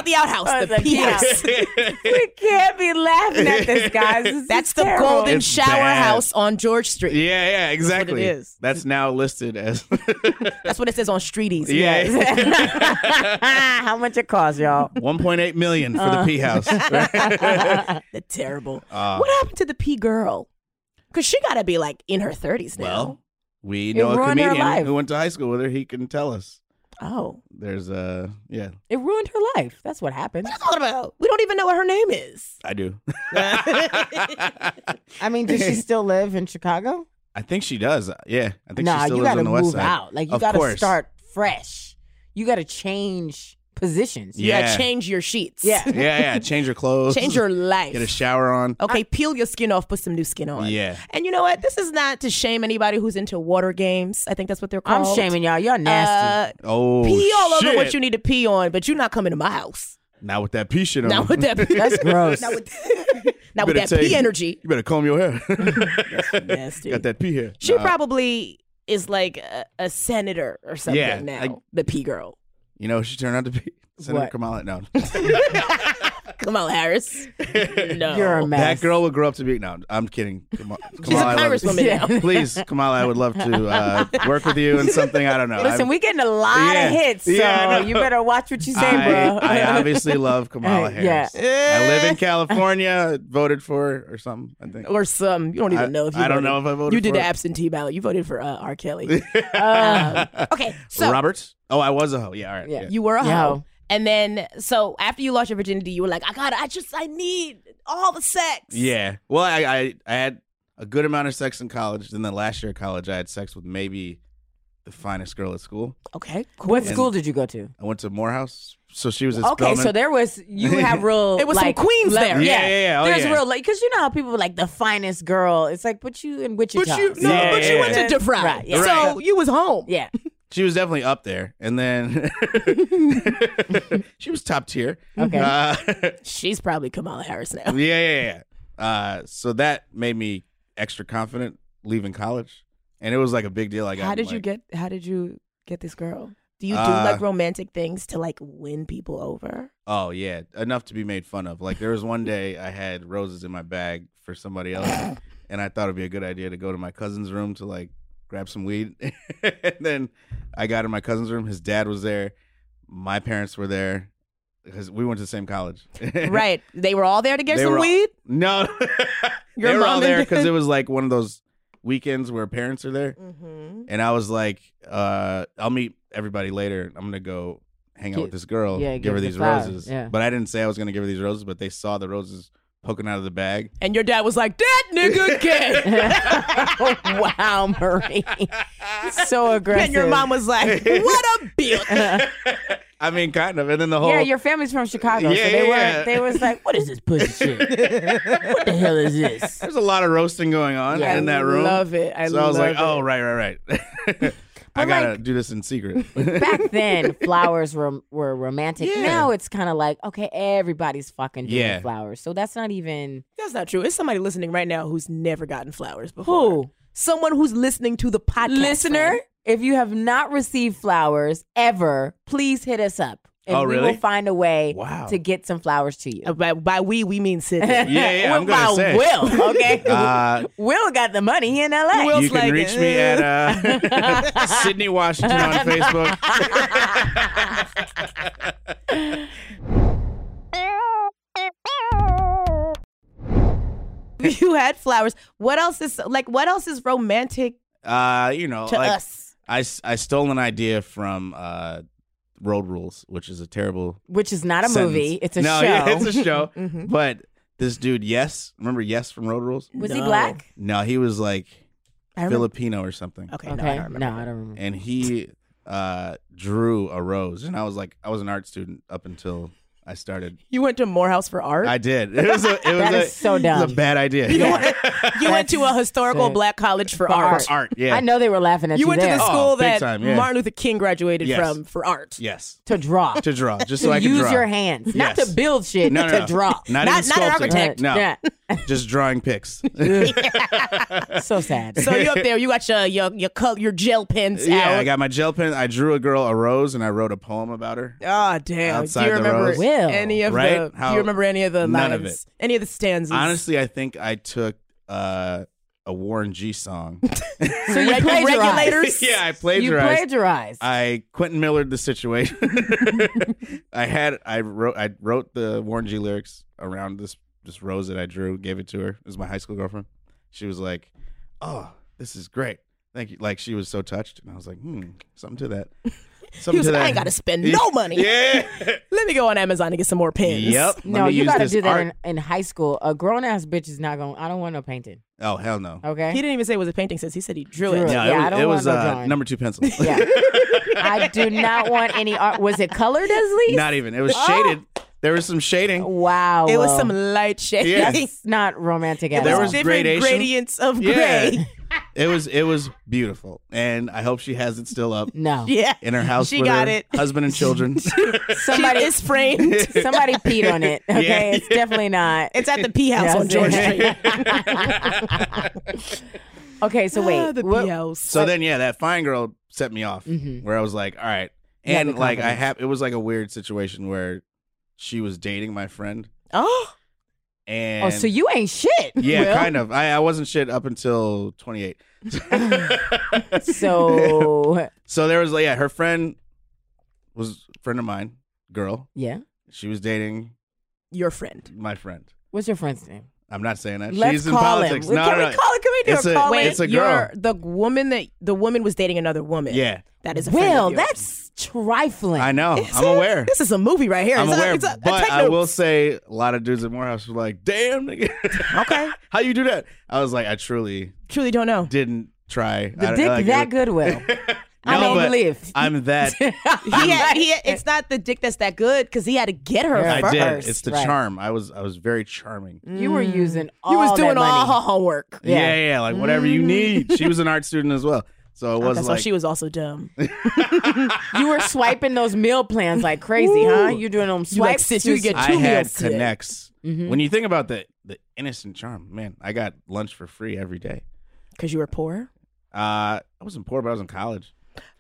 the outhouse.
Oh,
the
the
pee
pea
house.
house. we can't be laughing at this, guys. This is
[LAUGHS] That's the
terrible. [LAUGHS]
golden
It's
shower
bad.
house on George
[LAUGHS]
Street.
Yeah, yeah, exactly.
is.
That's now listed as [LAUGHS]
That's what it says on Streeties.
yeah,
[LAUGHS] Ah, how much it costs, y'all.
1.8 million for
Uh.
the
[LAUGHS]
P house.
the terrible.
Uh.
what happened to the pee girl? Because she got to be like in her thirties now.
Well, we know a
ruined her
comedian
life.
who went to high school with her. He can tell us.
oh,
There's a yeah,
It ruined her life. That's what happened.
what are you talking about? We don't even know what her name is.
I do.
[LAUGHS]
[LAUGHS]
I mean, does she still live in Chicago?
I think she does. Yeah, I think
Nah,
she still
you
lives
gotta
on the west
move
side.
out. Like you
Of
gotta
course.
start fresh. You gotta change positions.
Yeah.
You gotta change your sheets.
Yeah.
[LAUGHS]
Yeah, yeah. Change
[LAUGHS]
your clothes.
change your life.
Get a shower on.
Okay, peel your skin off, put some new skin on.
Yeah.
And you know what? This is not to shame anybody who's into water games. I think that's what they're
I'm
called.
shaming y'all. Y'all nasty.
Uh,
Oh,
pee all over what
shit.
you need to pee on, but you're not coming to my house.
Not with that pee shit on.
Not
[LAUGHS]
with that.
That's gross.
Not with, [LAUGHS] not with
Oh. Better
that
take-
pee energy.
You better comb your
[LAUGHS]
hair. [LAUGHS]
Nasty.
Got that pee hair.
She
Nah.
probably is like a, a senator or something
Yeah,
now.
like-
the pee girl,
You know, who she turned out to be Senator
What?
Kamala. No, [LAUGHS]
Kamala Harris. No,
You're a mess.
that girl would grow up to be. No, I'm kidding. Kamala,
[LAUGHS] She's
Kamala, I
a
love-
congresswoman
Yeah.
[LAUGHS]
now.
Please, Kamala, I would love to
[LAUGHS]
uh, work with you in something. I don't know.
Listen,
I'm-
we getting a lot
Yeah.
of hits, so
Yeah, I know.
you better watch what you say,
I,
bro. [LAUGHS]
I obviously love Kamala
[LAUGHS]
Hey, yeah.
Harris. I live in California. Voted for her or something. I
[LAUGHS]
think.
or some. You don't even
I-
know if you.
I don't
voted.
know if I voted
You did
for
the
it.
absentee ballot. You voted for uh,
[LAUGHS]
R. Kelly. Um, okay, so
Roberts. Oh, I was a hoe. Yeah, all right.
Yeah.
Yeah.
you were a
Yo.
hoe, and then so after you lost your virginity, you were like, I got, I just, I need all the sex.
Yeah. Well, I, I I had a good amount of sex in college. Then the last year of college, I had sex with maybe the finest girl at school.
Okay. Cool.
what school did you go to?
I went to Morehouse, so she was at
Okay,
Spelman.
so there was you
[LAUGHS]
have real.
There was some
like,
queens
le-
there.
Yeah, yeah, yeah. Oh,
There's
yeah.
real like because you know how people are like the finest girl. It's like, but you in Wichita.
But you, no,
Yeah,
but you
yeah,
went
yeah.
to DeFry,
Right, yeah.
so you was home.
yeah.
she was definitely up there, and then [LAUGHS] she was top tier.
Okay.
Uh, [LAUGHS]
She's probably Kamala Harris
yeah,
now.
yeah, yeah. Uh, so that made me extra confident leaving college, and it was like a big deal. I got.
how did you
like-
get how did you get
[LAUGHS]
this girl do you do
Uh,
like romantic things to like win people over
[LAUGHS] Oh yeah, enough to be made fun of. Like there was one day I had roses in my bag for somebody
[LAUGHS]
else, and I thought it'd be a good idea to go to my cousin's room to like grab some weed. [LAUGHS] and then I got in my cousin's room. His dad was there. My parents were there because we went to the same college. [LAUGHS]
right they were all there to get
They
some
were all-
weed
No,
Your
they were all
mom and
there because
dad-
it
[LAUGHS]
was like one of those weekends where parents are there,
Mm-hmm.
and I was like, uh, "I'll meet everybody later. I'm gonna go hang out
Gi-
with this girl,
yeah,
give,
give
her
the
these
flowers,
roses."
yeah.
But I didn't say I was gonna give her these roses, but they saw the roses poking out of the bag.
And your dad was like, that nigga
[LAUGHS]
[LAUGHS] gay.
Oh, wow, Marie. so aggressive.
and your mom was like,
[LAUGHS]
what a [LAUGHS] bitch.
I mean, kind of. And then the whole
Yeah, your family's from Chicago, so
Oh. Yeah,
they
yeah.
were they was like, "What is this pussy shit? what the hell is this?"
there's a lot of roasting going on
Yeah.
[LAUGHS] in
I
that room.
love it. I
so I was
love
like,
it.
oh, right, right, right. I
But,
gotta
like-
do this in secret. [LAUGHS]
Back then, flowers were were romantic. Now it's kind of like, okay, everybody's fucking doing
Yeah.
flowers, so that's not even
That's not true. It's somebody listening right now who's never gotten flowers before. Someone who's listening to the podcast.
listener.
friend.
If you have not received flowers ever, please hit us up, and
Oh,
we
really?
will find a way
Wow.
to get some flowers to you.
Uh, By, by we, we mean
[LAUGHS]
Sid.
yeah, yeah, I'm
With my
gonna say.
Will, okay.
[LAUGHS] Uh,
Will got the money he in L.A.
Will-
you
Will's
can
like,
reach me at uh, [LAUGHS] Sydney Washington on Facebook.
[LAUGHS]
[LAUGHS]
you had flowers. What else is like? What else is romantic
Uh, you know,
to
like
us?
I, s- I stole an idea from uh, Road Rules, which is a terrible
which is not a
sentence.
movie; it's a
no,
show.
yeah, it's a show.
Mhm.
But this dude, yes, remember yes from Road Rules?
[LAUGHS] was he
No.
black?
No, he was like
I remember.
Filipino or something.
Okay, no, I
Okay,
don't remember.
no, I don't remember.
and he uh drew a rose and i was like i was an art student up until i started
You went to Morehouse for art.
i did it was a it was,
That
a,
is so
it was
dumb.
a bad idea [LAUGHS] yeah.
you went to a historical
sick.
black college for,
For
art.
art yeah
I know they were laughing at you,
You went to
there.
the
Oh,
school
big
that
time, yeah.
Martin Luther King graduated
Yes.
from for art.
yes
to draw,
to draw just so
[LAUGHS]
i could
use
draw
your hands, not
Yes.
to build shit,
no, no,
to
no.
draw.
not,
Not-
even
not an
sculpting.
architect.
no
Yeah.
just
[LAUGHS]
drawing pics
so sad.
So you up
[LAUGHS]
there? You got your your your, col- your gel pens
yeah i
out.
got my gel pen i drew a girl a rose and i wrote a poem about her
Ah, damn.
Outside
do you
the
remember
rose.
Will.
any of
Right?
the? do
How-
you remember any of the
none
lines?
of
Any of the stanzas?
honestly i think i took uh a warren g
[LAUGHS]
song
so
[LAUGHS]
you
Regu-
plagiarized.
regulators.
yeah i
You
plagiarized
plagiarized.
I Quentin Millered the
[LAUGHS]
situation. [LAUGHS] I had I wrote I wrote the Warren G lyrics around this this rose that I drew, gave it to her. It was my high school girlfriend. She was like, "Oh, this is great, thank you." Like she was so touched, and I was like, "Hmm, something to
[LAUGHS]
that." Something
He was
to
like,
that.
I ain't gotta spend no money.
[LAUGHS]
[LAUGHS]
Yeah.
Let me go on Amazon and get some more pens.
yep. Let
no,
me
you
use
got to
this
do that
art.
in, in high school. A grown ass bitch is not going. to I don't want no painting.
oh hell no.
Okay.
He didn't even say it was a painting since he said he drew,
Drew
it.
it.
No,
Yeah,
it was,
I don't
it
want
was
no
uh,
drawing.
number two pencil.
[LAUGHS] [LAUGHS] yeah. I do not want any art. Was it colored at least?
[LAUGHS] Not even. It was
Oh.
shaded. There was some shading.
Wow.
It was
Will.
some light shade.
Yeah.
[LAUGHS]
That's not romantic at
There
all.
was
different
gradation.
gradients of
Yeah.
[LAUGHS] gray.
It was it was beautiful, and I hope she has it still up.
no.
Yeah.
in her house
She
with
got
her
it.
husband
[LAUGHS]
and children.
Somebody
It's
[LAUGHS]
framed.
somebody peed on it. Okay.
Yeah.
It's definitely not.
It's at the P house
Yeah,
on George
that's
[LAUGHS] Street.
Okay. So wait.
Ah,
Ah, the
what-
P
[LAUGHS]
house.
so then, yeah, that fine girl set me off
Mhm.
where I was like, all right.
You had
And
the
like, I
confidence.
have, it was like a weird situation where she was dating my friend.
Oh,
And
oh, so you ain't shit. [LAUGHS]
yeah,
Will.
kind of. I, I wasn't shit up until 28.
[LAUGHS]
[LAUGHS]
So
so there was like, yeah, her friend was a friend of mine, girl.
yeah.
She was dating
your friend.
my friend.
What's your friend's name?
I'm not saying that.
Let's
She's in
call
politics.
him.
No,
Can
no,
we
no.
call it? Can we do
It's
a,
a-
call
wait,
in?
it's a
you're-
girl.
Oh, The woman that the woman was dating another woman.
Yeah,
that is a friend
Will,
of yours.
that's trifling.
I know.
Is
I'm
it?
aware.
This is a movie right here.
I'm
It's a-
aware,
it's a- a
but I
techno-
will say a lot of dudes at Morehouse were like, "Damn, nigga,
Okay.
[LAUGHS] how you do that?" I was like, I truly
truly don't know.
didn't try.
The
I-
dick
like,
that
it-
good,
[LAUGHS]
Will. I
No,
don't
but
believe.
I'm
[LAUGHS]
that.
[LAUGHS] He had, he had- it's not the dick that's that good because he had to get her
Yeah.
I
first.
did. It's the
right. Mm,
charm. I was. I was very charming.
you were using all
He was doing
that
all her
money.
homework.
Yeah, yeah. like whatever
Mm.
you need. She was an art student as well, so it was
Okay, so
like
she was also dumb.
You were swiping those meal plans like crazy, huh? You're doing them
You like
swipes.
sis, you get
I
two
had
meals today.
connects.
Mm-hmm.
When you think about the the innocent charm, man, I got lunch for free every day.
Because you were poor?
Uh, I wasn't poor, but I was in college.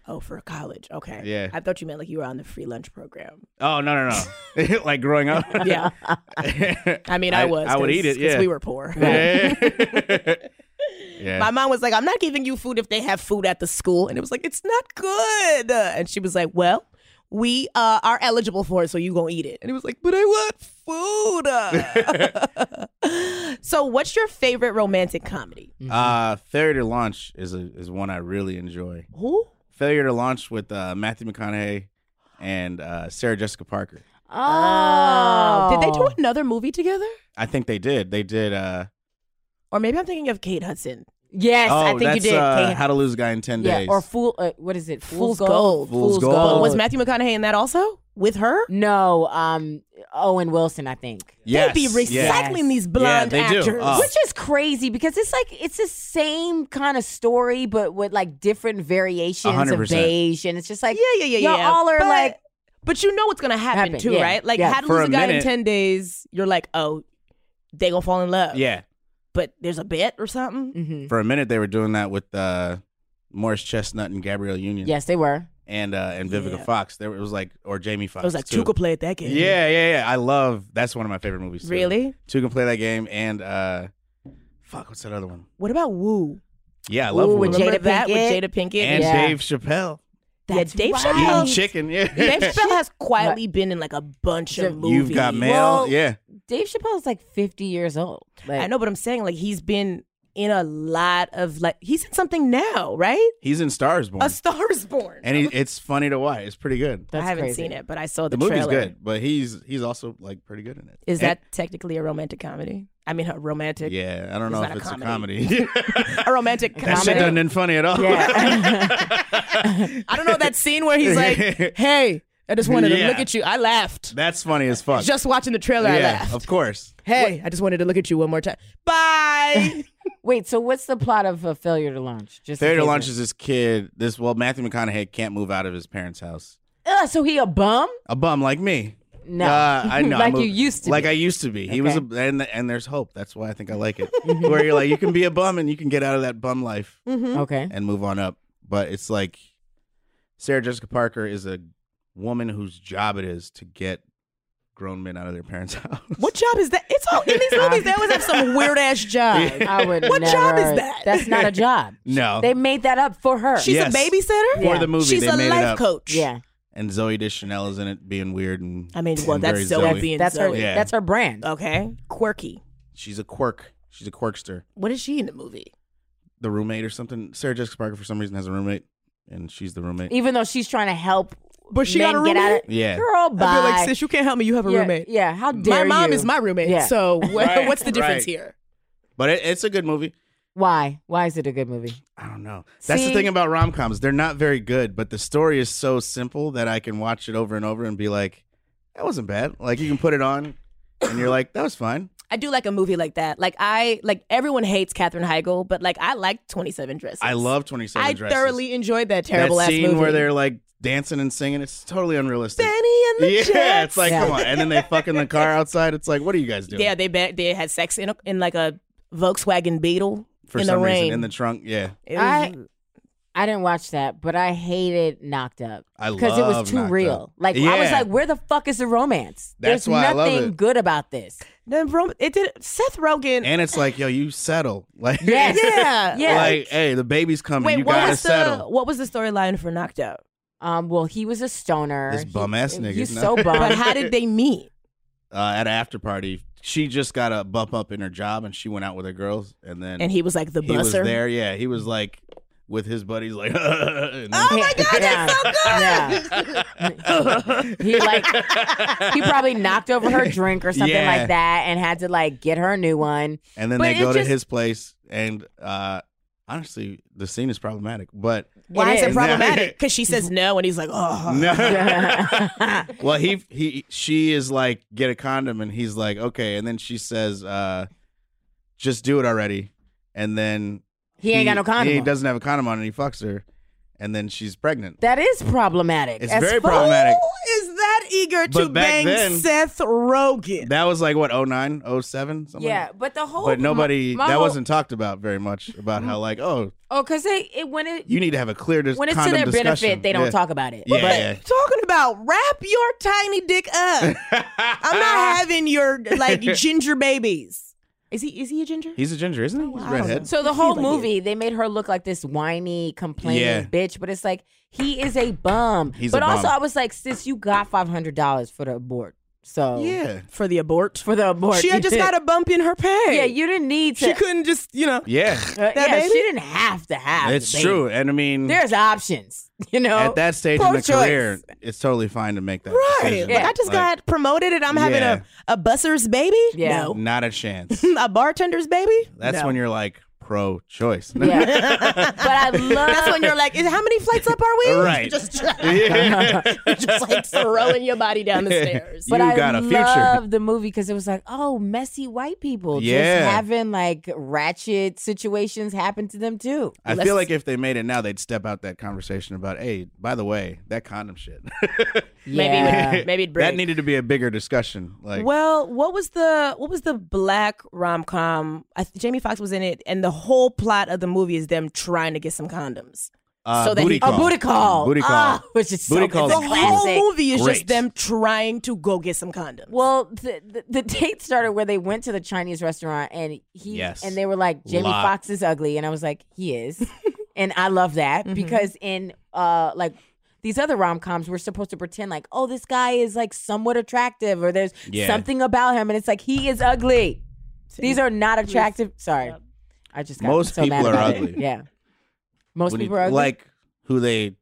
Oh, for college. Okay.
Yeah.
I thought you meant like you were on the free lunch program.
Oh no no no! [LAUGHS] like
[LAUGHS]
growing up.
[LAUGHS] Yeah. I mean, I,
I-
was.
I would
'cause-
eat it,
'cause
yeah.
we were poor.
Yeah. [LAUGHS] yeah.
My mom was like, I'm not giving you food if they have food at the school. And it was like, it's not good. Uh, And she was like, well, we uh, are eligible for it, so you going to eat it. And he was like, but I want food. Uh. [LAUGHS] so what's your favorite romantic comedy?
Uh, failure to launch is a, is one I really enjoy.
Who?
Failure to launch with uh, Matthew McConaughey and uh, Sarah Jessica Parker.
Oh.
Did they do another movie together?
I think they did. They did. Uh,
Or maybe I'm thinking of Kate Hudson.
Yes,
oh,
I think
that's,
you did.
Uh,
Kate.
How to Lose a Guy in Ten
yeah,
Days.
or fool. Uh, what is it? Fool's,
Fool's Gold.
Fool's Gold.
But
Oh.
was Matthew McConaughey in that also with her?
No, um, Owen Wilson, I think.
yes,
they be recycling
yeah.
these blonde
Yeah, they do.
actors.
Uh,
Which is crazy because it's like it's the same kind of story, but with like different variations of
100%.
beige, and it's just like
yeah, yeah, yeah,
y'all
yeah.
all are
But-
like
but you know what's gonna happen,
Happen,
too,
yeah,
right? Like,
yeah.
how to
For
lose
a
a, guy in
minute-
ten days? You're like, oh, they gonna fall in love.
Yeah. Mm.
but there's a bet or something.
mhm.
For a minute, they were doing that with uh, Morris Chestnut and Gabrielle Union.
yes, they were.
And uh, and Vivica
Yeah.
Fox. There it was like or Jamie Fox.
I was like,
too.
two could play at that game.
Yeah, yeah, yeah. I love. That's one of my favorite movies. Too.
Really?
Two can play that game and uh, fuck, what's that other one?
What about Woo?
Yeah, I love
Ooh,
Woo.
with
Remember
Jada
that
Pinkett?
with Jada Pinkett?
and
Yeah.
Dave Chappelle
That's
Dave
right.
Chappelle.
eating chicken.
Dave
Yeah,
Chappelle [LAUGHS] has quietly been in like a bunch of
[LAUGHS]
movies.
you've got mail.
Well,
yeah,
Dave Chappelle's like fifty years old. Like,
I know, but I'm saying like he's been in a lot of like he's in something now, right?
he's in Stars Born,
A Star Is Born.
and he, it's funny to watch. It's pretty good.
That's
I haven't
crazy.
seen it, but I saw
The
the,
movie's
trailer.
good, but he's he's also like pretty good in it.
Is
And-
that technically a romantic comedy? I mean, a romantic,
Yeah, I don't
It's
know
not
if
a
it's
comedy.
a comedy. [LAUGHS]
a romantic
that shit
comedy.
doesn't end funny at all.
Yeah.
I don't know that scene where
[LAUGHS]
he's like, "Hey, I just wanted to
Yeah.
look at you." I
[LAUGHS]
laughed
That's funny as fuck.
just watching the trailer. I
yeah,
laughed.
of course.
Hey, I just wanted to look at you one more time.
[LAUGHS]
Bye.
Wait, so what's the plot of a failure to launch? Just in
Failure to
case
Launch
I-
is this kid. This well, Matthew McConaughey can't move out of his parents' house.
Ugh, Ah, so he a bum?
A bum like me.
No,
Uh, I
[LAUGHS]
know.
like
I'm a-
you used to.
Like
be.
I used to be. He was a and and there's hope. That's why I think I like
[LAUGHS]
it.
Mhm.
Where you're like you can be a bum and you can get out of that bum life
Mm-hmm.
[LAUGHS]
Okay.
and move on up. But it's like Sarah Jessica Parker is a woman whose job it is to get grown men out of their parents' [LAUGHS] house.
what job is that? It's all in
[LAUGHS]
these movies. They always have some weird ass job.
I would
What
never.
job is that?
That's not a job.
[LAUGHS] No.
They made that up for her.
She's
Yes.
a babysitter.
For
Yeah.
the movie,
She's
they
a
made it
life
up.
coach.
yeah.
And Zoe Deschanel is in it, being weird and [LAUGHS]
I mean, well,
and
that's
very
Zoe
Zoe.
being
That's her.
Zoe.
Yeah.
That's her brand.
Okay, quirky.
She's a quirk. She's a quirkster.
What is she in the movie?
The roommate or something. Sarah Jessica Parker for some reason has a roommate, and she's the roommate.
Even though she's trying to help
But she
men
got a
get out of
roommate?
Yeah.
Girl, bye.
I feel like, sis, you can't help me. You have a
yeah,
roommate.
Yeah. How
My
dare
mom
you.
is my roommate.
Yeah.
[LAUGHS] So
Right,
what's the difference
right.
here?
But it, it's a good movie.
Why? Why is it a good movie?
I don't know. That's
See?
the thing about rom coms. They're not very good, but the story is so simple that I can watch it over and over and be like, that wasn't bad. Like, you can put it on and you're like, that was fine.
I do like a movie like that. Like I like everyone hates Katherine Heigl, but like I like Twenty Seven Dresses.
I love 27
I
Dresses.
thoroughly enjoyed that terrible
that
ass
scene
movie.
where they're like dancing and singing. It's totally unrealistic.
Benny and the
yeah,
Jets.
it's like,
Yeah.
come on. And then they fuck in the
[LAUGHS]
car outside. It's like, what are you guys doing?
yeah, they ba- they had sex in a, in like a Volkswagen Beetle
For
in
some
the rain.
reason, in the trunk. Yeah.
It was-
I I didn't watch that, but I hated Knocked Up
I love
because it was too
Knocked
real.
Up.
Like I was
Yeah.
like, where the fuck is the romance?
That's
There's
why I
nothing
love it.
good about this.
the rom- it did Seth
[LAUGHS]
Rogen.
And it's like, yo, you settle. [LAUGHS] Like,
Yes.
[LAUGHS] yeah,
Yeah.
like, hey, the baby's coming.
Wait,
you
what
gotta
was
settle.
the what was the storyline for
[LAUGHS]
Knocked Out?
Um. Well, he was a stoner.
This
He-
bum-ass nigga.
He's
No.
so
[LAUGHS]
bum.
But how did they meet?
uh, at an after party. She just got a bump up in her job, and she went out with her girls, and then
And he was like the
he was
busser.
there. Yeah, he was like with his buddies, like. [LAUGHS] and then-
Oh my God, that's
so good.
Oh! [LAUGHS]
he like he probably knocked over her drink or something
Yeah.
like that and had to like get her a new one.
[LAUGHS] and then
But
they
it
go to
just-
his place, and uh, honestly, the scene is problematic. But
Why is
It
it
is.
[LAUGHS]
problematic? Because she says no, and he's like, oh.
yeah.
well, he he she is like get a condom, and he's like okay, and then she says, uh, just do it already, and then
[LAUGHS] He ain't got no condom.
He
on.
doesn't have a condom on, and he fucks her, and then she's pregnant.
That is problematic.
It's
as
very
fuck.
problematic.
Who is that eager to
But back
bang
then-
Seth Rogen?
That was like what 09, 07? something
Yeah,
like-
but the whole
But nobody
my- my
that
whole-
wasn't talked about very much about how like oh
Oh, because they it when it
you need to have a clear dis-
when it's to
condom
their
discussion.
benefit, they don't
Yeah. [LAUGHS]
talk about it.
Yeah,
But
yeah.
Talking about wrap your tiny dick up. I'm
[LAUGHS]
not having your like ginger babies. Is he? Is he a ginger?
He's a ginger, isn't he? He's redhead.
So the whole
like
movie, they made her look like this whiny, complaining
Yeah.
bitch, but it's like he is a bum.
He's
but
a
also,
bum.
I was like, sis, you got five hundred dollars for the abort. So
yeah,
For the abort.
for the abort,
She
[LAUGHS]
had just got a bump in her pay.
[LAUGHS] yeah, you didn't need to.
She couldn't just, you know.
yeah.
Uh,
that
yeah,
baby?
she didn't have to have.
It's
the baby.
true, and I mean,
There's options. [LAUGHS] You know,
At that stage
poor
in the
choice.
career, it's totally fine to make that
Right.
decision.
Like, I just
Like,
got promoted and I'm having
Yeah.
a, a busser's baby?
Yeah.
[LAUGHS] No.
not a chance.
a bartender's baby?
That's
No.
when you're like pro-choice.
[LAUGHS]
Yeah. but I love
That's when you're like, "Is- how many flights up are we?
[LAUGHS] Right. [LAUGHS]
[LAUGHS] Just,
Yeah.
[LAUGHS] just like throwing your
[LAUGHS]
body down the stairs.
You
but I
got a future.
love the movie because it was like, oh, messy white people
Yeah.
just having like ratchet situations happen to them too.
I
Let's-
feel like if they made it now, they'd step out that conversation about, hey, by the way, that condom shit. [LAUGHS]
Maybe it would-
yeah.
maybe it'd break.
that needed to be a bigger discussion. Like,
well, what was the what was the black rom com? Jamie Foxx was in it, and the whole plot of the movie is them trying to get some condoms.
uh,
so that
booty
he-
call.
A booty call.
Booty call.
[LAUGHS]
Ah, which is
Booty
so
call
it's a
is
the
classic.
whole movie is
Great.
just them trying to go get some condoms.
Well, the, the the date started where they went to the Chinese restaurant and he
Yes.
and they were like, Jamie
Lot.
Foxx is ugly, and I was like, he
[LAUGHS]
is, and I love that because in uh like. These other rom coms, we're supposed to pretend like, oh, this guy is like somewhat attractive, or there's
Yeah.
something about him, and it's like he is ugly. These are not attractive. Sorry, I just got
Most
so mad
people are
about it.
ugly.
Yeah, most
when
people
you-
are ugly.
Like, who they,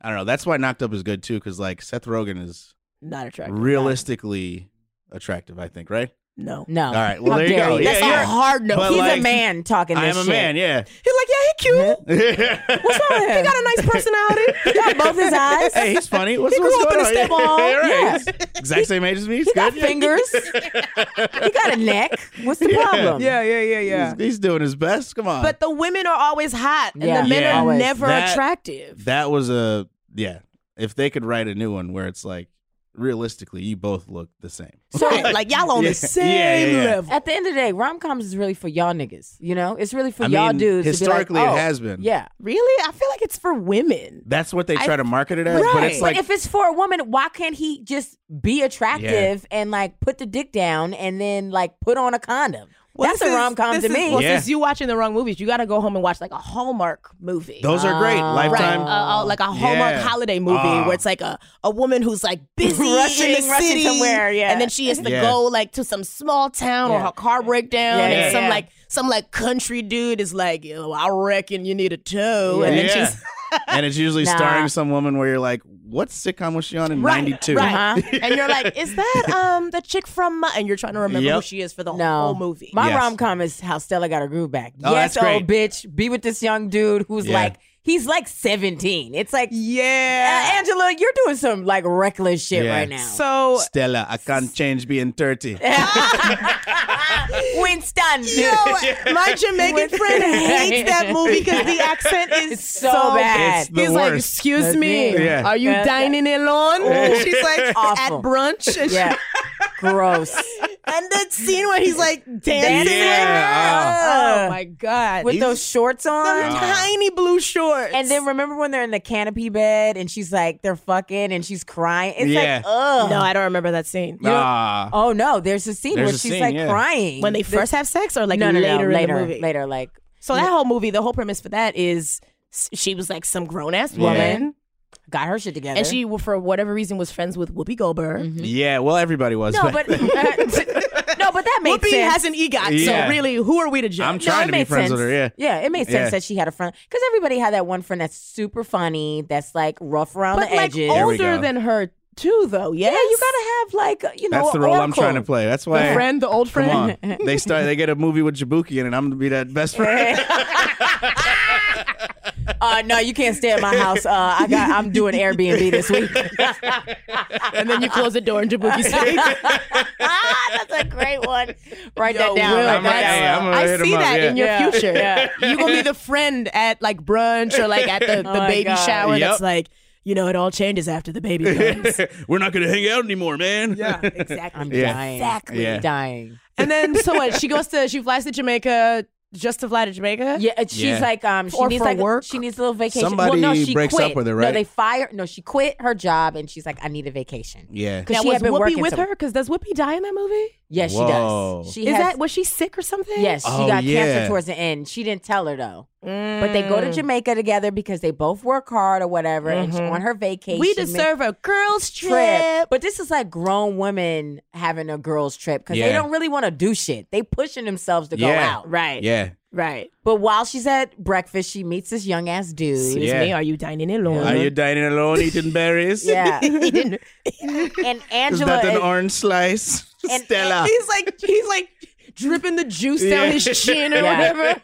I don't know. That's why Knocked Up is good too, because like Seth Rogen is
not attractive.
realistically attractive, I think, right?
No.
no,
All right. Well,
How
there you
dare
go. Yeah,
That's
yeah.
a hard no.
But
He's a
like,
man talking. This
I am a
shit.
man, yeah.
He's like, yeah, he cute.
What's
wrong with him?
He got a nice
[LAUGHS]
personality.
He got both his eyes.
[LAUGHS] Hey, he's funny. What's,
He
what's
grew up
going
in a step
on?
mom.
[LAUGHS] Yeah,
Yeah.
right. He's Exact same age as me. He's
He
good.
got fingers. he got a neck. What's the problem?
yeah, yeah,
He's, he's doing his best. Come on.
But the women are always hot, and
Yeah.
the men
Yeah.
are
Always.
never
That- [LAUGHS]
attractive.
that was a yeah. If they could write a new one where it's like realistically, you both look the same.
So
Right, like y'all on
Yeah.
the same
Yeah, yeah, yeah.
level.
at the end of the day, rom coms is really for y'all niggas. You know, it's really for
I
y'all
mean,
dudes.
historically,
to be like,
it
oh,
has been.
Yeah.
Really, I feel like it's for women.
That's what they
I-
try to market it as, but
Right.
it's
But
like
if it's for a woman, why can't he just be attractive and like put the dick down and then like put on a condom?
Well,
That's
this
a
is-
rom com
this
to
is-
me.
Well,
Yeah.
since you watching the wrong movies, you got to go home and watch like a Hallmark movie.
those are great.
Oh.
Right,
Lifetime.
uh, uh, like a Hallmark
Yeah.
holiday movie
Ah.
where it's like a, a woman who's like busy
Rushing-
in the
rushing
city
somewhere, yeah.
and then she has to
Yeah.
go like to some small town or
Yeah.
her car breakdown,
Yeah,
and
yeah,
some
yeah.
like some like country dude is like, "Yo, I reckon you need a tow," and then
Yeah.
she's
[LAUGHS] and it's
[LAUGHS]
usually
Nah.
starring some woman where you're like, what sitcom was she on in
Right,
'92?
right.
Uh-huh.
[LAUGHS] and you're like, "Is that um the chick from?" My-? And you're trying to remember who
Yep.
she is for the
No.
whole movie.
My
Yes.
rom com is how Stella got her groove back.
Oh,
yes,
that's
old bitch, be with this young dude who's
Yeah.
like he's like seventeen. It's like uh,
yeah.
Angela, you're doing some like reckless shit
Yeah.
right now.
so
Stella, I can't change being dirty.
Winston,
[LAUGHS]
[LAUGHS]
yo, my Jamaican friend hates that movie
[LAUGHS]
because the accent is
It's so bad. It's
the
He's like,
worst.
"Excuse
That's
me,
it.
Yeah.
are you
Yeah. [LAUGHS]
dining alone?" She's like, "At
Awful.
brunch," and,
[LAUGHS]
she-
yeah, gross.
and that scene where he's like dancing.
Yeah.
Oh my god,
Uh, With those shorts
Them
on.
tiny blue shorts.
And then remember when they're in the canopy bed and she's like, they're fucking and she's crying. It's
Yeah.
like, ugh.
no, I don't remember that scene.
Ah.
oh no, there's a scene
There's
where
a
she's
scene,
like
yeah.
crying.
when they
There's-
first have sex, or like
no, no, no,
later
later,
in the movie.
later, like
So that whole movie, the whole premise for that is s- she was like some grown ass woman,
got her shit together.
and she for whatever reason was friends with Whoopi
Mm-hmm.
Goldberg.
Yeah, well, everybody was.
no, but
back
[LAUGHS]
[LAUGHS]
then.
no, but that makes
Whoopi
sense.
has an EGOT,
Yeah.
so really, who are we to
[LAUGHS]
judge?
I'm
No,
trying
it
to be
made
friends
sense.
with her. Yeah.
yeah, it made sense
Yeah.
that she had a friend because everybody had that one friend that's super funny, that's like rough around
but
the
like
edges.
There we
older
go.
than her too, though. Yes?
yeah, you gotta have like you know.
That's the
an
role I'm
oracle.
trying to play. That's
the
why.
friend, the old
Come
friend. [LAUGHS]
on. they start. They get a movie with Jabuki in it. I'm gonna be
[LAUGHS]
that best friend.
Uh, no, you can't stay at
[LAUGHS]
my house. Uh, I got. I'm doing Airbnb this
[LAUGHS]
week.
and then you close the door and [LAUGHS] Jabuki's face.
ah, that's a great one. Write
Yo,
that down.
Will,
write that
that's-
hey,
down.
I'm gonna
I
hit 'em
see
up,
that
yeah.
in your
Yeah,
future.
yeah.
You're gonna be the friend at like brunch or like at [LAUGHS] the, the
Oh my
baby
God.
shower.
Yep.
That's like, you know, it all changes after
[LAUGHS]
the baby comes.
We're not gonna hang out anymore, man.
yeah, exactly.
I'm
Yeah.
dying.
Exactly.
Yeah.
Dying.
And then so what? She goes to she flies to Jamaica just to fly to Jamaica.
Yeah, uh, she's
Yeah.
like um, she
Or
needs
for
like a-
work.
she needs a little vacation.
Somebody
well, no, she
breaks
quit.
up with her,
No,
right?
they fire. No, she quit her job and she's like, I need a vacation.
[LAUGHS] Yeah.
Because
Now,
she
was
had been
Whoopi
working
with
so-
her? Because does Whoopi die in that movie?
Yes,
Whoa.
she does. She
Is
has,
that was she sick or something?
Yes, she
Oh,
got
yeah.
cancer towards the end. She didn't tell her though. But they go to
Mm.
Jamaica together because they both work hard or whatever. And she,
Mm-hmm.
Mhm.
on her vacation,
We
ma-
deserve a girls
trip.
trip.
But this is like grown women having a girls trip because they
Yeah.
don't really want to do shit. They pushing themselves to go
Yeah.
out,
Right.
Yeah.
Right.
But while she's at breakfast, she meets this young ass dude.
Excuse
Yeah.
me. Are you dining alone?
Are
[LAUGHS]
you dining alone eating berries?
Mm-hmm. [LAUGHS]
[LAUGHS]
Yeah,
Eating-
and
Is
Angela
that an
and-
orange slice? [LAUGHS]
and-
Stella.
he's like he's like dripping the
[LAUGHS]
juice
Yeah.
down his chin or
Yeah.
whatever.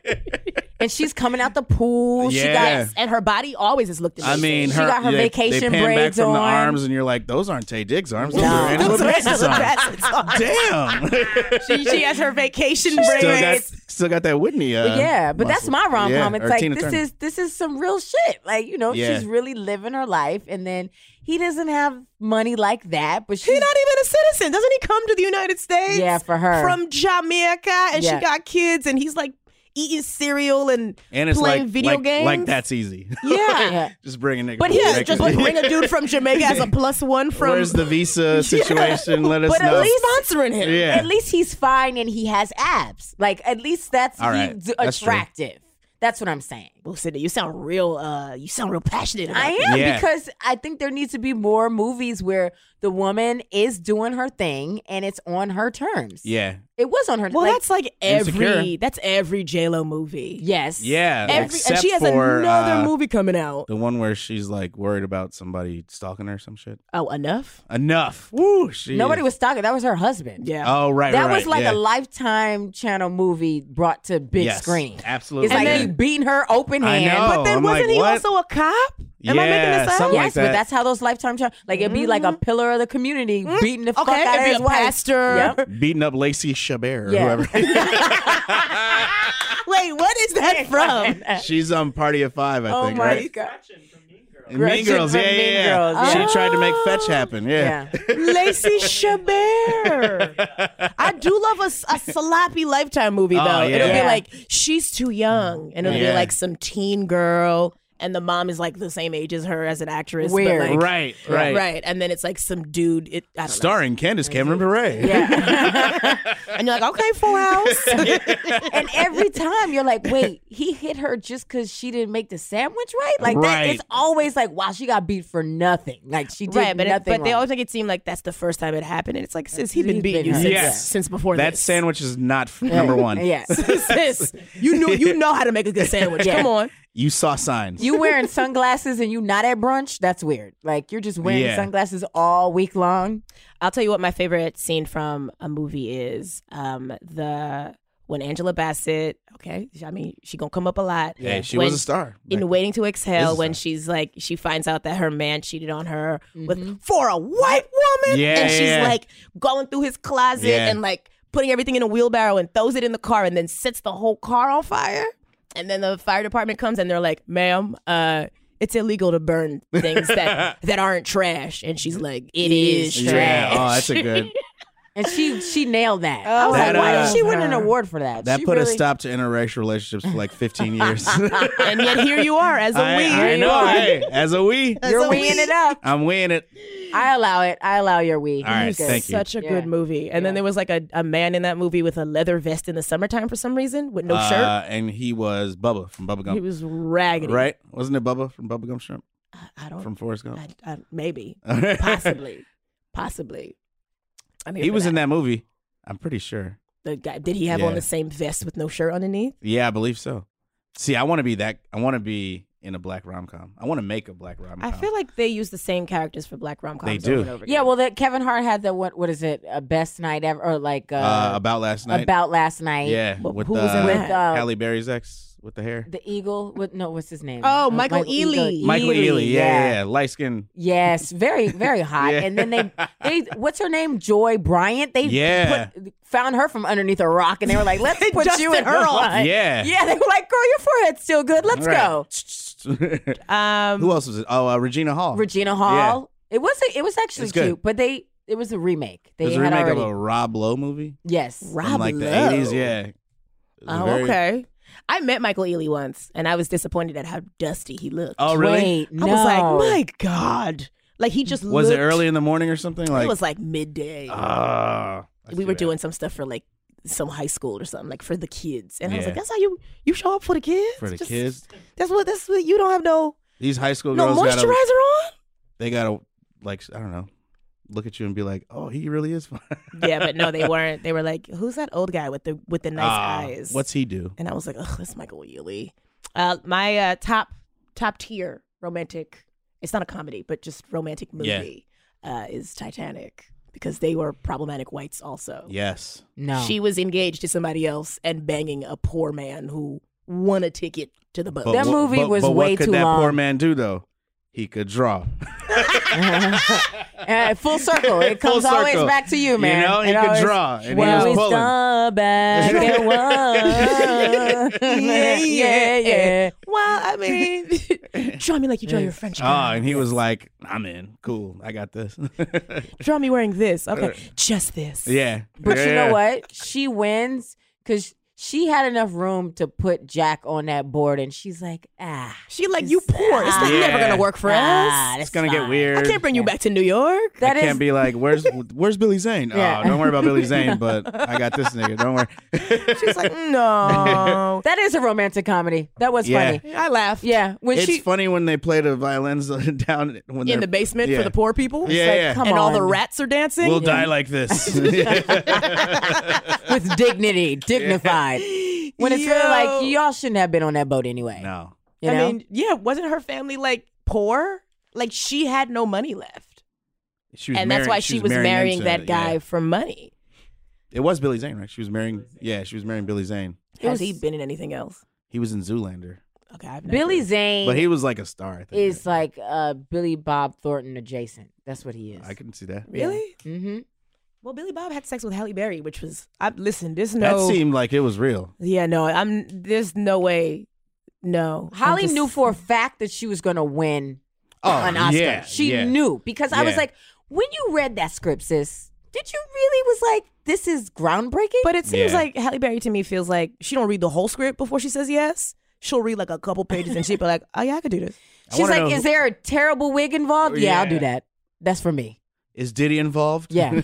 and she's coming out the pool. She
Yeah.
got
Yes, and her body always is looked at.
I mean,
She
her,
got her
they, they
vacation
pan
braids
back from the
on.
arms, and you're like, those aren't Tay Diggs' arms. Those
No.
are [LAUGHS] Angela
[LAUGHS] Those are
Bassett's
Angela
arms. Damn.
[LAUGHS]
she, she has her vacation
still, got,
braids.
still got that Whitney. Uh,
yeah, but that's
muscle.
my rom
Yeah,
com. it's
or
like
Tina
this
Turner.
is this is some real shit. Like you know,
Yeah.
she's really living her life, and then he doesn't have money like that. But she's
He's not even a citizen. Doesn't he come to the United States?
yeah for her
From Jamaica, and
Yeah.
she got kids, and he's like eating cereal and
and it's
playing
like,
video
like,
games.
like that's easy.
yeah.
[LAUGHS] Yeah.
[LAUGHS] just bring a nigga.
But
from
yeah,
Jamaica.
just
[LAUGHS]
bring a dude from Jamaica as a plus one from
Where's
[LAUGHS]
the visa situation? Let us
But at
know.
least-
sponsoring
[LAUGHS]
him.
yeah.
At least he's fine and he has abs. Like at least that's
All
he,
right.
d-
That's true.
attractive. That's what I'm saying.
Well, Sydney, you sound real. Uh, you sound real passionate. About
I am
Yeah.
because I think there needs to be more movies where the woman is doing her thing and it's on her terms.
yeah,
It was on her
Well,
like,
that's like every
Insecure.
that's every J Lo movie.
yes.
yeah.
every
except
and she has
for,
another
uh,
movie coming out.
The one where she's like worried about somebody stalking her, or some shit.
Oh, enough.
Enough. Woo. She
Nobody
is-
was stalking. That was her husband.
Yeah.
Oh right.
That
right,
was like a
yeah.
lifetime channel movie brought to big
Yes,
screen.
Absolutely.
It's like
yeah.
he beating her open
I
hand.
know.
but then
Oh, I'm
wasn't
like,
he
what?
also a cop? Am I making
Yeah,
this up?
something like
Yes, but
that.
that's how those lifetime channel like it'd be like a pillar of the community beating the fuck
Mm-hmm. Okay,
out of
it'd be
his
a
wife.
pastor.
Yep.
[LAUGHS]
beating up Lacey Chabert or
Yeah. [LAUGHS]
whoever. [LAUGHS]
Wait, what is that [LAUGHS] from?
she's on Party of Five, I
Oh
think.
my
right?
god! [LAUGHS]
And
Gretchen
mean Girls,
from
yeah, yeah,
Mean
yeah.
Girls, Oh. yeah.
She tried to make fetch happen. Yeah.
Lacey
[LAUGHS]
Chabert. I do love a, s- a sloppy Lifetime movie though.
Oh, yeah.
It'll
Yeah.
be like she's too young, and it'll
Yeah.
be like some teen girl, and the mom is like the same age as her as an actress. but,
Weird.
like,
Right, right.
right. And then it's like some dude. It I don't
Starring Candace Cameron
Mm-hmm.
Bure. [LAUGHS]
know. and you're like, okay, Full House.
and every time you're like, wait, he hit her just because she didn't make the sandwich right? Like that,
Right.
it's always like, wow, she got beat for nothing. Like she did
[LAUGHS] right, but it,
nothing.
but they
wrong.
[LAUGHS]
always make it seem like that's the first time it happened, and it's like sis, he's been
He's
beating
been
you
hurt.
since,
Yes.
since before
That
this.
sandwich is not f- number one.
yeah.
[LAUGHS] sis, you know you know how to make a good sandwich.
Yeah.
Come on,
You saw signs.
You wearing sunglasses and you not at brunch? That's weird. Like you're just wearing
Yeah.
sunglasses all week long.
I'll tell you what my favorite scene from a movie is. Um, the when Angela Bassett. Okay, I mean she gonna come up a lot.
Hey, she
When-
was a star.
In
Like,
waiting to exhale,
is
when
sad.
she's like, she finds out that her man cheated on her with for a white woman,
Yeah,
and she's
yeah, yeah.
like going through his closet
Yeah.
and like putting everything in a wheelbarrow and throws it in the car, and then sets the whole car on fire. And then the fire department comes and they're like, "Ma'am, uh, it's illegal to burn things that that aren't trash." And she's like, "It is trash."
yeah. Oh, that's a
[LAUGHS]
good.
And she she nailed that. I
Oh.
was
That,
like, why
uh,
did she win an award for that?
That
She
put a
really-
stop to interracial relationships for like 15
[LAUGHS]
years. I,
and yet here you are as a
[LAUGHS]
we.
I know. Hey, as a we,
You're winning it up.
I'm weighing it.
I allow it. I allow your weed.
All right,
Because-
thank you.
Such a
Yeah.
good movie. And then there was like a, a man in that movie with a leather vest in the summertime for some reason with no
Uh, and he was Bubba from Bubba
shirt. He
Gump.
was raggedy.
Right? Wasn't it Bubba from Bubba Gump Shrimp?
I don't.
From Forrest Gump?
I, I, maybe. Oh,
[LAUGHS]
Possibly. possibly. I mean,
he was in that movie. I'm pretty sure.
The guy, did he have on
Yeah.
the same vest with no shirt underneath?
Yeah, I believe so. See, I want to be that. I want to be in a black rom com. I want to make a black rom com.
I feel like they use the same characters for black rom coms.
They do.
Over and over
Yeah,
again.
well, that Kevin Hart had the what? What is it? A best night ever, or like uh,
uh, about last night.
about last night?
yeah,
Wh-
with
who was in
uh,
that?
With, uh,
Halle Berry's ex with the hair.
The Eagle. What? No, what's his name?
Oh,
Uh,
Michael Ealy.
Michael Ealy, yeah, yeah, yeah. light skin.
Yes, very,
[LAUGHS]
very hot.
Yeah.
And then they, they, what's her name? Joy Bryant. They
Yeah.
put, found her from underneath a rock, and they were like,
[LAUGHS]
"Let's put you in
dusted her
her
off.
line."
Yeah.
yeah. They were like, "Girl, your forehead's still good. Let's go."
go. [LAUGHS]
Um,
Who else was it? Oh, uh, Regina Hall.
Regina Hall. It was a, it was actually
It's good.
cute, but they it was a remake. They
There's a
had
remake
already
of a Rob Lowe movie
yes.
Rob
from like
Lowe.
the 80s. Yeah. It was
Oh,
very-
okay. I met Michael Ealy once, and I was disappointed at how dusty he looked.
Oh, really?
Wait, no.
I was like, my God. Like he just
Was
looked,
it early in the morning or something? Like,
It was like midday.
Ah. Let's
we
do
were
that.
doing some stuff for like some high school or something like for the kids, and I was like,
Yeah.
"That's how you you show up for the kids
for the
Just-
kids.
That's what that's what you don't have no
These high school
no
girls
moisturizer
gotta
on."
they gotta like I don't know, look at you and be like, oh, he really is fine.
yeah, but no, they weren't. They were like, "Who's that old guy with the with the nice
Ah,
eyes?"
What's he do?
and I was like, "Oh, that's Michael Ealy." Uh, my uh, top top tier romantic. It's not a comedy, but just romantic
Yeah.
movie uh, is Titanic because they were problematic whites also.
Yes.
No.
She was engaged to somebody else and banging a poor man who won a ticket to the boat.
But
That
[LAUGHS]
wha-
movie
but-
was
but
way
what could
too
that poor
long.
man do though? He could
[LAUGHS]
draw.
Uh, full circle. It
[LAUGHS] Full
comes always
circle.
back to you,
You
man.
know, he
It
could
always-
draw, and he
well,
was
it's
pulling.
the
[LAUGHS]
back at one. [LAUGHS] yeah, yeah, yeah.
Well, I mean, [LAUGHS] draw me like you draw your French girl.
Ah, and he was like, I'm in. Cool. I got this. [LAUGHS]
draw me wearing this. Okay, just this.
Uh. yeah.
But you know
Yeah.
what? She wins because she had enough room to put Jack on that board, and she's like, ah,
She like you poor. It's like never
Yeah.
gonna work for
ah,
us.
It's gonna get weird.
I can't bring you back to New York.
That
I
is-
can't be like, where's where's Billy Zane?
Yeah.
Oh, don't worry about Billy
[LAUGHS]
Zane, but I got this nigga. Don't worry.
She's like,
[LAUGHS]
no.
That is a romantic comedy. That was
Yeah.
funny.
I laughed.
Yeah, when
[LAUGHS] it's
she
funny when they play the violins [LAUGHS] down when
In
they're-
the basement
yeah.
for the poor people.
Yeah,
like,
yeah.
come
And all the
on.
rats are dancing.
We'll die like
[LAUGHS] [LAUGHS]
this. [LAUGHS]
with dignity, dignified. When it's really like
Yo.
y'all shouldn't have been on that boat anyway.
no.
You
I
know?
mean, yeah, wasn't her family like poor? Like she had no money left.
She was
and that's
marrying-
why she was marrying
into-
that guy
yeah.
for money.
It was Billy Zane, right? She was marrying. Yeah, she was marrying Billy Zane.
was-
Has he been in anything else?
He was in Zoolander,
Okay, I've never.
Billy Zane
but he was like a star. I think.
is like uh, Billy Bob Thornton adjacent. That's what he is.
I can see that.
really.
Mm-hmm.
Well, Billy Bob had sex with Halle Berry, which was I listen. There's
That
no.
seemed like it was real.
yeah, no. I'm. There's no way. No. I'm
Holly
just-
knew for a fact that she was going to win
Oh,
an Oscar.
yeah,
she
yeah.
knew because I was
Yeah.
like, when you read that script, sis, did you really was like, this is groundbreaking?
But it seems
Yeah.
like Halle Berry to me feels like she don't read the whole script before she says yes. She'll read like a couple pages and she'll be like, "Oh yeah, I could do this."
I
she's
wanna
like,
know
is
who-
there a terrible wig involved? Yeah, I'll do
Yeah.
that. That's for me.
Is Diddy involved?
Yeah.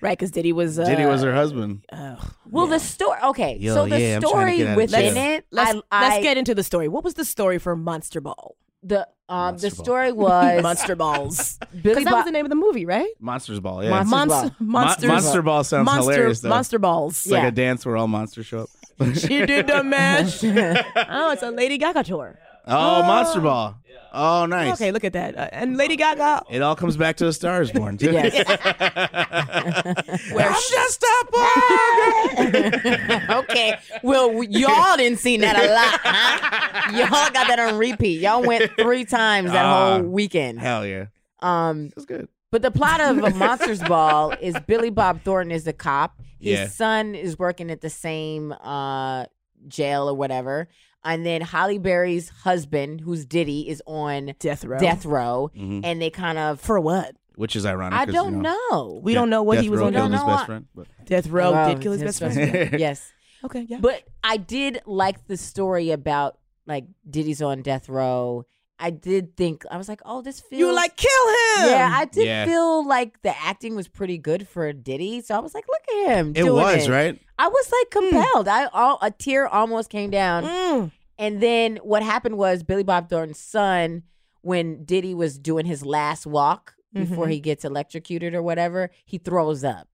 Right? Because Diddy was. Uh, oh.
Diddy was her husband.
ugh.
[LAUGHS] Well, the story. Okay,
Yo,
so the
yeah, I'm trying to
story
get out of
within
jail.
it,
Let's,
I, I,
let's get into the story. What was the story for Monster Ball?
the um, the
Monster Ball. [LAUGHS]
story was [LAUGHS]
Monster Balls.
Billy
Because that was
Bob.
the name of the movie, right?
Monsters Ball. Yeah.
Monsters
Monst-
Ball.
Mon-
Monsters.
Monster Ball sounds
monster,
hilarious though.
Monster Balls.
[LAUGHS]
[LAUGHS]
It's like
Yeah.
a dance where all monsters show up.
she did
[LAUGHS]
the mash. oh, it's a Lady Gaga tour.
Oh, Monster Ball. Oh, nice.
Okay, look at that. Uh, and Lady Gaga,
It all comes back to a Star is Born. Too.
where
I'm
she-
just a boy.
okay, well, w- y'all didn't see that a lot,
[LAUGHS]
huh? Y'all got that on repeat. Y'all went three times that
Ah.
whole weekend.
[LAUGHS] Hell yeah,
Um,
that's good.
But the plot of Monsters Ball is Billy Bob Thornton is the cop. His
Yeah.
son is working at the same uh, jail or whatever. And then Holly Berry's husband, who's Diddy, is on
Death Row.
death row.
Mhm.
And they kind of.
for what?
Which is ironic.
I
'cause,
don't
you
know.
We don't know what
Death
he was
Row
on.
killed
don't
his
know
best
why.
friend. But
Death Row
Wow,
did kill his
[LAUGHS]
best friend.
[LAUGHS]
yes.
Okay, yeah.
Oh, But I did like the story about like Diddy's on death row. I did think, I was like, oh, this feels.
you were like kill him.
Yeah, I did
Yeah.
feel like the acting was pretty good for Diddy. So I was like, look at him.
it
doing
was right.
I was like
Hmm.
compelled. I all a tear almost came down.
Mm.
And then what happened was Billy Bob Thornton's son, when Diddy was doing his last walk before
Mm-hmm.
he gets electrocuted or whatever, he throws up.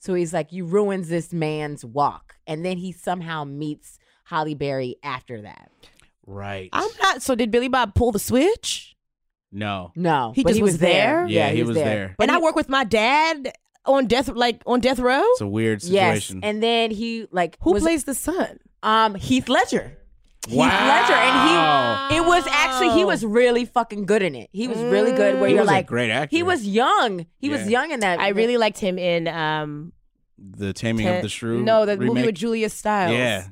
So he's like, "You ruins this man's walk." And then he somehow meets Holly Berry after that.
Right.
I'm not. So did Billy Bob pull the switch?
no.
No,
He
but
just was there?
Yeah, he was there.
and I work with my dad on death, like on death row.
It's a weird
Yes,
situation.
and then he like
Who
was,
plays the son?
um Heath Ledger.
wow.
Heath Ledger, and he it was actually he was really fucking good in it. He was really good. Where
He
you're
was a
like
great actor.
He was young. He was
Yeah.
young in that.
I really liked him in um.
the Taming
Ten-
of the Shrew.
No, the
remake.
movie with Julia Stiles.
Yeah,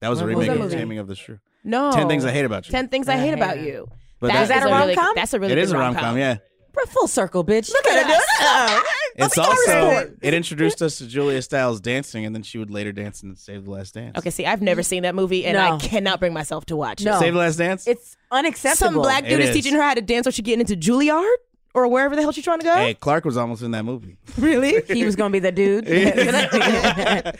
that was a
What was
remake
that
of
movie?
Taming of the Shrew.
No.
Oh.
Ten things I hate about you.
Ten things I,
I
hate
hate
about
her.
you.
But
Is that a
a really,
rom-com?
That's a really
It
good
is a rom com. Yeah.
Bro, full circle, bitch. Look
at
us.
It's
Let's go
also
Resort.
it introduced us to Julia Stiles dancing, and then she would later dance in Save the Last Dance.
Okay, see, I've never seen that movie, and
No.
I cannot bring myself to watch
No.
it.
Save the Last Dance.
It's unacceptable.
Some black dude
It
is.
is.
teaching her how to dance, or she getting into Juilliard. or wherever the hell she's trying to go?
Hey, Clark was almost in
[LAUGHS]
that movie.
[LAUGHS]
[LAUGHS]
Really?
He was gonna be the dude. [LAUGHS]
They
The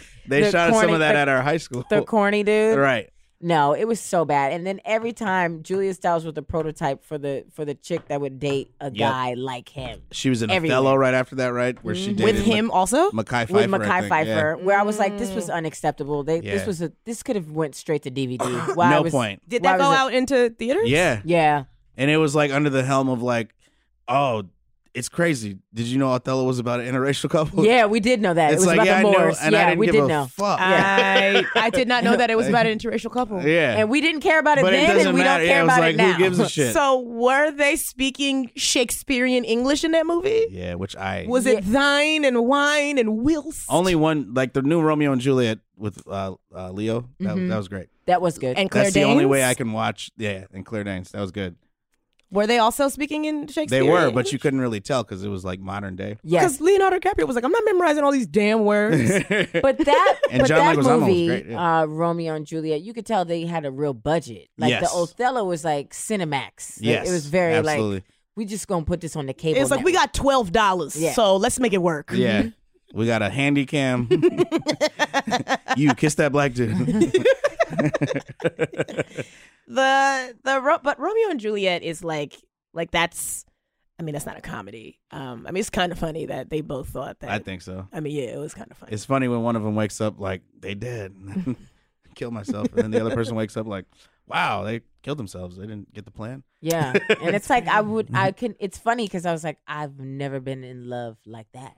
shot some
corny-
of that
the-
at our high school.
the corny dude.
[LAUGHS] right.
No, it was so bad. And then every time Julia Stiles was the prototype for the for the chick that would date a guy like him.
She was in
Everywhere. Mm-hmm.
Othello right after that, right? Where she dated
With him also?
Ma- Mackay Pfeiffer.
With
I
Mackay
think, yeah.
Pfeiffer, where I was like, this was unacceptable. They, This
Yeah.
was a this could have went straight to
[COUGHS]
DVD. Why
No
was-
point.
Did
why
that go
was it-
out into theaters?
Yeah.
Yeah,
And it was like under the helm of like, oh, it's crazy. Did you know Othello was about an interrational couple?
yeah, we did know that.
It's
it was about
like, yeah,
the
I know,
Moors.
and
yeah,
I didn't
we
give
did
a
know.
fuck.
I, I did not know that it was about an interracial couple.
[LAUGHS] yeah.
And we didn't care about it
but it
then,
doesn't
and we
matter.
don't
yeah,
care
it was
about
like,
it now.
who
[LAUGHS]
gives a shit?
So were they speaking Shakespearean English in that movie?
yeah, which I
Was it thine and wine and whilst?
only one like the new Romeo and Juliet with uh, uh, Leo. That,
Mm-hmm.
that was great.
that was good.
and Claire
That's the only
Danes?
way I can watch. Yeah, and Claire Danes. That was good.
Were they also speaking in Shakespeare?
They were, but you couldn't really tell because it was like
[LAUGHS]
modern day.
yes,
Because Leonardo DiCaprio was like, I'm not memorizing all these
[LAUGHS]
damn [LAUGHS] words.
but that
And
but
John
that
Leguizamo was
movie,
great, yeah.
uh, Romeo and Juliet, you could tell they had a real budget. Like
Yes.
the Othello was like Cinemax. Like,
yes,
it was very [LAUGHS]
absolutely.
like we just gonna put this on the cable.
it's like, we
network."
got $12,
Yeah.
so let's make it work.
Yeah. We got a handy
[LAUGHS]
cam. [LAUGHS] you kiss that black dude. [LAUGHS]
the the Ro- but Romeo and Juliet is like like that's I mean that's not a comedy. Um I mean it's kind of funny that they both thought that.
I think so.
I mean yeah, it was kind of funny.
It's funny when one of them wakes up like they did, [LAUGHS] kill myself, and then the other person wakes up like, wow, they killed themselves. They didn't get the plan.
yeah,
[LAUGHS]
and it's like I would I
Mm-hmm.
can. It's funny because I was like I've never been in love like that.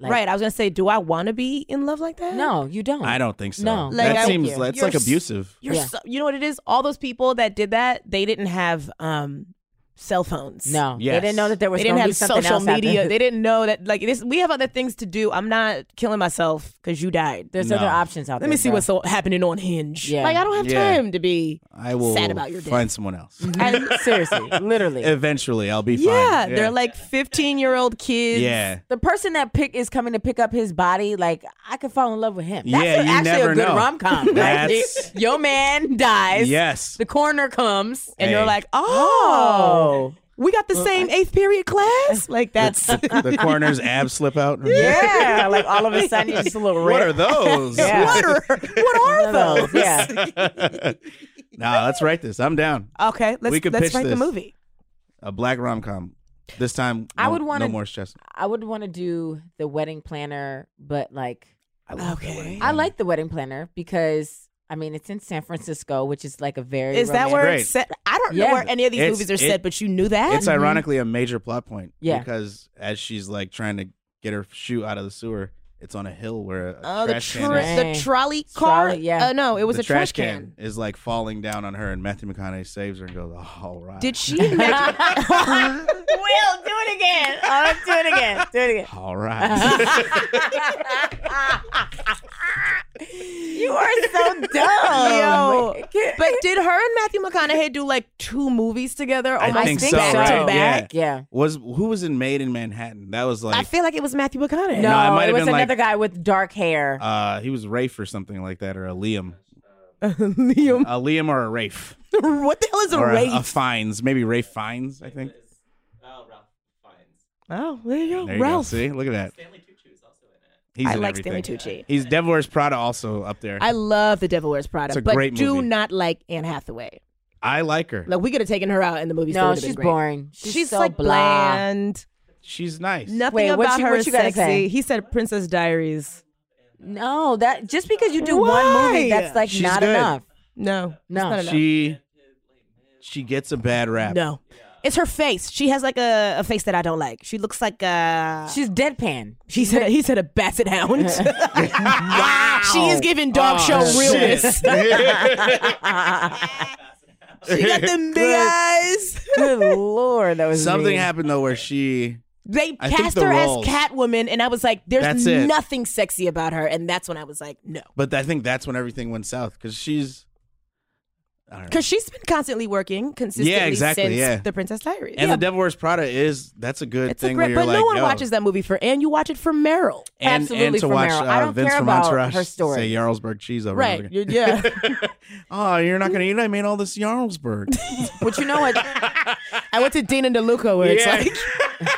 Like,
right, I was going to say do I want to be in love like that?
No, you
Hmm.
don't.
I don't think so.
No.
Like,
that
I-
seems
You're-
like it's like
you're s-
abusive.
You're
Yeah.
so, you know what it is? All those people that did that, they didn't have um cell phones.
No, they
Yes.
didn't know that there was.
They didn't
gonna be
have
something
social
else out
media.
there.
They didn't know that like this we have other things to do. I'm not killing myself cuz you died.
There's
No.
other options out there.
Let me see
bro.
what's so- happening on Hinge.
Yeah.
Like I don't have
Yeah.
time to be
I will
sad about your death. Mm-hmm.
find someone else.
[LAUGHS]
I- seriously, literally.
[LAUGHS] Eventually, I'll be
Yeah,
fine.
they're like 15 year old kids.
yeah.
the person that pick is coming to pick up his body, like I could fall in love with him. That's
Yeah,
a-
you
actually
never
a good
know.
rom com. Like,
That's-
[LAUGHS] your man dies.
Yes.
The coroner comes.
And
Hey.
you're like, oh, we got the same eighth
[LAUGHS]
period class? Like, that's. [LAUGHS]
the coroner's abs slip out.
Oh, Yeah. like all of a sudden you're just a little
What
[LAUGHS]
red.
are those?
Yeah.
What are, what
[LAUGHS] One of
are those?
those? Yeah.
[LAUGHS] Nah, let's write this. I'm down.
Okay, let's,
We could
let's
pitch
write the
this.
movie.
A black rom com. This time, no,
I would wanna-
no more stress.
I would want to do the wedding planner, but like
Okay.
I like the wedding planner because I mean it's in San Francisco, which is like a very
Is that
romantic-
[LAUGHS] where
Great.
it's set? I don't
Yeah.
know where any of these
It's-
movies are
it-
set, but you knew that?
It's ironically a major plot point.
Yeah.
Because as she's like trying to get her shoe out of the sewer, it's on a hill where a
Oh, the,
trash
tr-
can is-
the trolley car?
Trolley, yeah.
Uh, no, it was
the
a trash can.
is like falling down on her, and Matthew McConaughey saves her and goes, "Oh, "All right,
[LAUGHS]
Did she make.
Will, do it again. Oh, do it again. Do it again.
[LAUGHS] all
[LAUGHS]
right."
You are [LAUGHS] so dumb.
Yo, but did her and Matthew McConaughey do like two movies together? Oh,
I
Almost
think
think
so.
so.
back
right?
to back.
yeah.
Was who was in Made in Manhattan? That was like
I feel like it was Matthew McConaughey.
No,
it might
it
have
was
been like-
another guy with dark hair.
uh, he was Rafe or something like that, or a Liam,
[LAUGHS] Liam. [LAUGHS]
a Liam or a Rafe,
what the hell is a
or
rape?
A, a Fines, maybe Rafe Fines. I think.
oh, there you go.
There you
Ralph.
go. See, look at that. Stanley Tucci is also in it. He's
I
in
like
everything.
Stanley Tucci.
He's Devil Wears Prada also up there. I,
I love The Devil Wears Prada,
It's a
but
great
do
movie.
not like Anne Hathaway.
like her.
Like we could have taken her out in the movie. still
no,
would've been
she's
great.
boring. She's,
She's,
so
like
blah.
bland.
She's nice.
Nothing
Wait, what
about
you-
her
what
is
you gotta
sexy.
say?
He said Princess Diaries.
No, that just because you do
Why?
one movie, that's like
She's
not
good.
enough.
No,
No.
it's not enough.
She she gets a bad rap.
no. It's her face. She has like a, a face that I don't like. She looks like a.
She's deadpan.
She said he said a
[LAUGHS]
basset hound. She is giving dog
Oh,
show
[LAUGHS]
realness. she got them big eyes.
Good
[LAUGHS]
lord, that was
Something
mean.
happened though where she
They
I think
cast
the
her
roles-
as Catwoman, and I was like, "There's
That's it.
nothing sexy about her," and that's when I was like, "No."
but I think that's when everything went south cuz she's I don't know.
Because she's been constantly working consistently
exactly,
since
yeah.
The Princess Diaries.
And
Yeah,
the Devil Wears Prada is that's a good
it's a
thing.
great,
where
but
you're
no
like,
one
yo,
watches that movie for Anne. You watch it for Meryl.
and,
Absolutely
and to
for
watch
Meryl.
Uh,
I don't
Vince
care
from
about
Entourage
her story.
say Jarlsberg cheese over and
Right.
over again.
You're- yeah.
oh, you're not gonna eat. I made all this
[LAUGHS]
Jarlsberg.
But you know
[LAUGHS]
what?
I went to Dean and DeLuca where
Yeah.
it's like,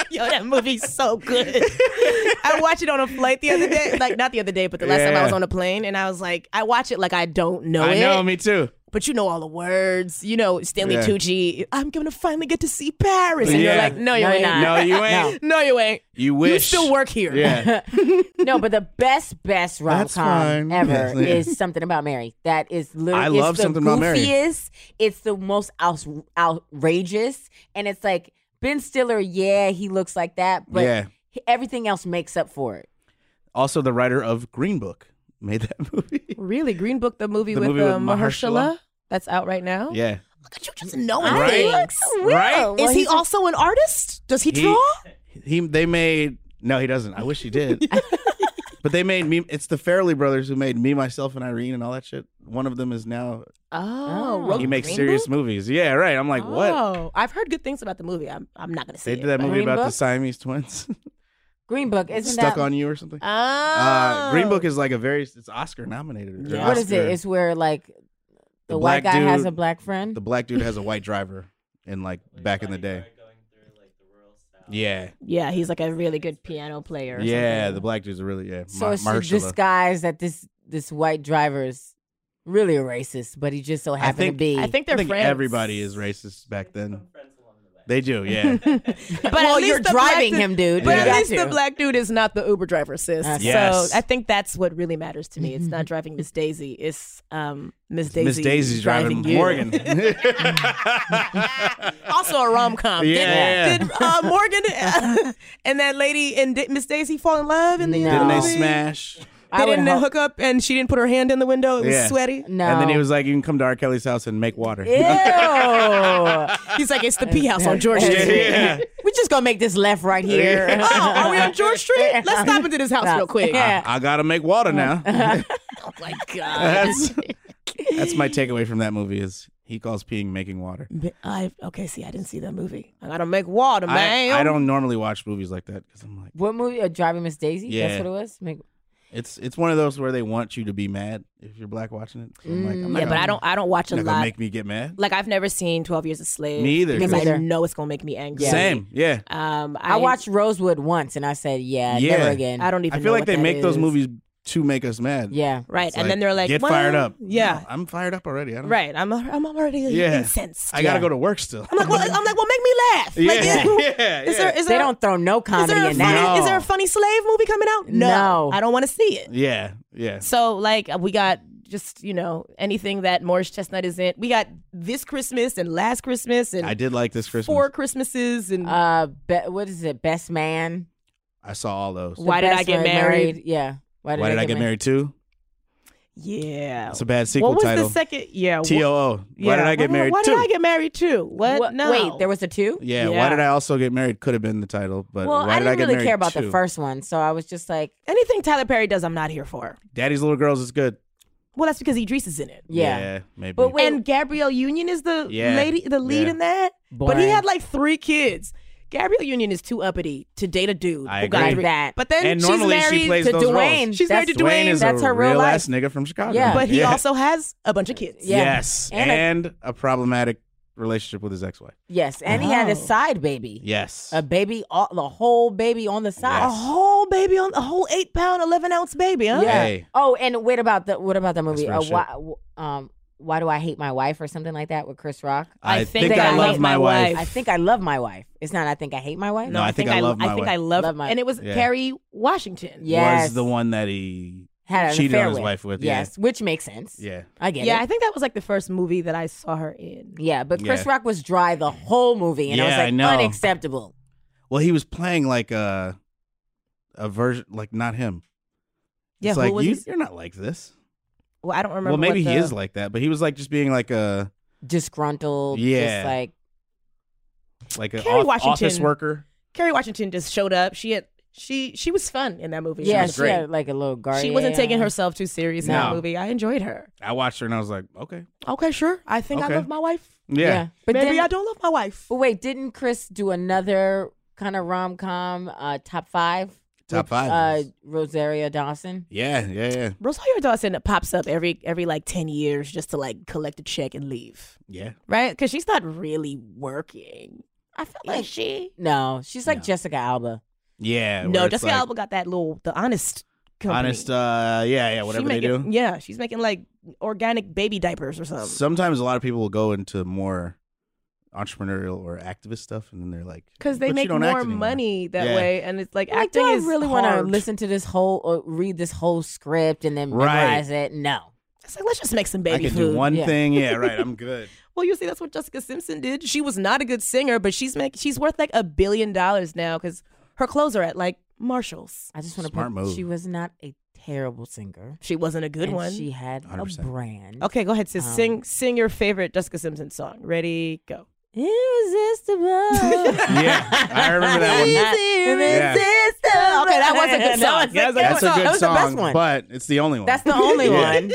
[LAUGHS] yo, that movie's
[LAUGHS]
so good. I watched it on a flight the other day, like not the other day, but the last time I
Yeah.
was on a plane, and I was like, I watch it like I don't know
I
it,
know, me
[LAUGHS]
too.
but you know all the words. You know Stanley
Yeah.
Tucci. I'm gonna finally get to see Paris, and you're
Yeah.
like, no, you
No,
ain't.
you're not.
No, you ain't.
No, you ain't.
You wish.
You still work here. [LAUGHS]
Yeah.
no, but the best, best rom
That's
com
fine.
ever
Yeah.
is Something About Mary. That is literally.
I love
it's the
Something About Mary.
goofiest, It's the most out- outrageous, and it's like Ben Stiller. Yeah, he looks like that, but
Yeah.
he- everything else makes up for it.
Also, the writer of Green Book made that [LAUGHS] movie.
Really, Green Book, the movie,
The
with,
movie with
uh, Mahershala.
Mahershala?
That's out right now.
Yeah.
Look at you just knowing
Right?
things.
Right?
Is he also an artist? Does he
He-
draw?
He they made no, he doesn't. I wish
[LAUGHS]
he did. but they made me. It's the Farrelly brothers who made me, myself, and Irene, and all that shit. One of them is now
Oh,
Oh.
Rogue
he makes
Green
serious
Book?
movies. Yeah, right. I'm like, what?
Oh, I've heard good things about the movie. I'm, I'm not gonna see
They
it.
did that
but-
movie
Green
about the
Book?
Siamese twins [LAUGHS]
Green Book? [LAUGHS] Isn't
stuck
that Oh.
on you or something.
Oh,
Uh, Green Book is like a very it's Oscar nominated.
Yeah.
what is it?
Oscar.
It's where like the,
The
white
black
guy has
dude-
a black friend.
the black dude has
[LAUGHS]
a white driver in like back in the day. Yeah,
yeah, he's like a really good piano player. or
yeah. The
something.
black dude's a really yeah.
so
Ma-
it's to
Mahershala.
disguise that this this white driver is really a racist, but he just so happened
think-
to be.
I think they're
I think
friends.
everybody is racist back then. They do, yeah.
[LAUGHS] but
well,
at least
you're
the
driving
black
him, dude.
But
You
at
got
least the
to.
black dude is not the Uber driver, sis.
That's
Yes.
So I think that's what really matters to me.
[LAUGHS]
It's not driving Miss Daisy. It's um, Miss [LAUGHS] Daisy.
Miss Daisy's driving,
you. [LAUGHS]
Morgan.
also a rom com.
Yeah, yeah, yeah.
Did, did uh, Morgan [LAUGHS] uh, and that lady and did Miss Daisy fall in love? And the
No.
Didn't they
movie?
smash?
I
They
would
didn't
hope-
hook up, and she didn't put her hand in the window. It was
Yeah.
sweaty.
No.
And then
[LAUGHS]
he was like, "You can come to R. Kelly's house and make water."
Ew. yeah,
He's like, it's the pee house on George
[LAUGHS] Yeah,
Street.
yeah.
We're just gonna make this left right here.
[LAUGHS] Oh, are we on George Street? Let's stop into this house real quick.
Yeah.
I gotta make water
[LAUGHS]
now.
Oh my god.
that's, [LAUGHS] that's my takeaway from that movie is he calls peeing making water.
I okay. See, I didn't see that movie. I gotta make water,
I,
man.
I don't normally watch movies like that because I'm like,
[LAUGHS] What movie? Uh, Driving Miss Daisy.
Yeah.
That's what it was. Make-
it's it's one of those where they want you to be mad if you're black watching it. So I'm like, I'm not
Mm, Yeah, but
gonna-
I don't. I don't watch
you're
a
not gonna
lot.
make me get mad.
Like I've never seen Twelve Years a Slave.
Me either.
Because I
Neither.
know it's gonna make me angry.
Yeah.
Same, yeah.
Um, I,
I watched Rosewood once, and I said, "Yeah,
Yeah.
never again."
I don't even.
I feel
know
like
what
they
that
make those
is.
movies to make us mad.
Yeah.
Right,
It's
and then they're like,
get fired
well,
up.
Yeah,
No, I'm fired up already. I don't.
right. I'm. I'm already
Yeah.
incensed.
I gotta go to work still.
I'm like, well, I'm like, well, make me
[LAUGHS]
laugh.
yeah,
Like, [LAUGHS] is,
yeah,
is there?
yeah.
Is
They
there?
don't throw no
is
comedy
there, a
in
funny,
that.
No.
is there a funny slave movie coming out?
No.
I don't want to see it.
yeah, yeah.
So like uh, we got just you know anything that Morris Chestnut is in. We got this Christmas and last Christmas and
I did like this Christmas.
four Christmases and
Uh, be- what is it? Best man.
I saw all those.
Why
The
did I
Best
Get
Man
Married?
Yeah.
Why did I get married too?
yeah.
That's a bad sequel
What was
title.
the second? Yeah. wh-
T O O.
yeah.
Why did I get
Why
married
Why
too?
did I get married too? What?
What-
No.
Wait, there was a two.
yeah,
Yeah.
Why did I also get married? Could have been the title, but
well,
why
I
did
didn't
I get
really
married
care about
too?
the first one, so I was just like,
anything Tyler Perry does. I'm not here for.
Daddy's Little Girls is good.
Well, that's because Idris is in it.
yeah.
maybe.
But wait,
and Gabrielle Union is the
Yeah.
lady, the lead
Yeah.
in that. But he
Boring.
had like three kids. Gabrielle Union is too uppity to date a dude
I
who got
agree.
three-
that.
But then
and
she's
normally
married
she plays
to
those
Dwayne.
roles.
She's married to
That's-
Dwayne
Dwayne is
That's
a
her real
real
life.
ass nigga from Chicago.
Yeah.
[LAUGHS] but he
Yeah.
also has a bunch of kids.
Yeah.
yes,
And
and,
a-
a problematic relationship with his ex-wife.
yes, and he had a
Oh.
side baby.
Yes,
A baby, all, the whole baby on the side.
A
Yes.
whole baby on a whole eight pound, eleven ounce baby, huh?
Yeah.
Hey.
Oh, and wait about the what about the movie?
real
Uh,
shit.
why, w- um, why do I hate my wife or something like that with Chris Rock?
I, think, I,
I
love
hate
my
my
wife.
wife.
I think I love my wife. It's not. I think I hate my wife.
No, I think I love my
I think
wife.
I love,
Love my-
and it was
Yeah.
Kerry Washington.
Yeah. Yes.
Was the one that he
Had an
cheated
affair
on his
with.
wife with.
Yes, which makes sense.
Yeah.
I get
yeah,
it.
I think that was like the first movie that I saw her in.
yeah, but Chris
Yeah.
Rock was dry the whole movie, and I was
Yeah,
like,
I know.
unacceptable.
Well, he was playing like a a version like not him.
Yeah,
it's
who
like
was
you,
this?
you're not like this.
Well, I don't remember.
well, maybe
what
he
the-
is like that, but he was like just being like a
Disgruntled.
Yeah.
Just like
like an
Kerry
off- office
Washington.
worker.
Kerry Washington just showed up. She had she she was fun in that movie.
yeah,
was
she,
she
great.
had like a little guardian.
she wasn't taking herself too serious in that
No.
movie. I enjoyed her.
I watched her and I was like, okay,
Okay, sure. I think
Okay.
I love my wife.
yeah,
but
Maybe
then,
I don't love my wife.
But wait, didn't Chris do another kind of rom com uh, top five?
Top
with,
five.
Uh, Rosaria Dawson.
yeah, yeah, yeah,
Rosario Dawson pops up every every like ten years just to like collect a check and leave,
yeah.
right? Because she's not really working. I feel like she.
No, she's like
No.
Jessica Alba.
Yeah, where
No,
it's
Jessica
like
Alba got that little the honest. Company.
Honest, uh, yeah, yeah,
She
whatever they
making-
do.
Yeah, she's making like organic baby diapers or something.
Sometimes a lot of people will go into more entrepreneurial or activist stuff, and then they're like,
Because
"But
they
you
make
don't act
more
anymore."
money that
Yeah.
way, and it's like
Like,
acting
do I
is
really
hard.
to listen to this whole or read this whole script and then
Right.
memorize it? No.
It's like let's just make some
I
baby
can
food.
do one
yeah.
thing. Yeah, right. I'm
[LAUGHS]
good.
Well, you see, that's what Jessica Simpson did. She was not a good singer, but she's make she's worth like a billion dollars now because her clothes are at like Marshalls.
I just want to
Smart
point
move.
she was not a terrible singer.
She wasn't a good
and
one.
She had a
100%.
brand.
okay, go ahead, sis.
Um,
sing sing your favorite Jessica Simpson song. Ready, go.
Irresistible.
[LAUGHS] Yeah, I remember that one. Yeah.
Irresistible.
Okay, that was a good song.
That was a
That's a
song.
good
That was
song,
the best one.
but it's the only one.
That's the only
Yeah.
one.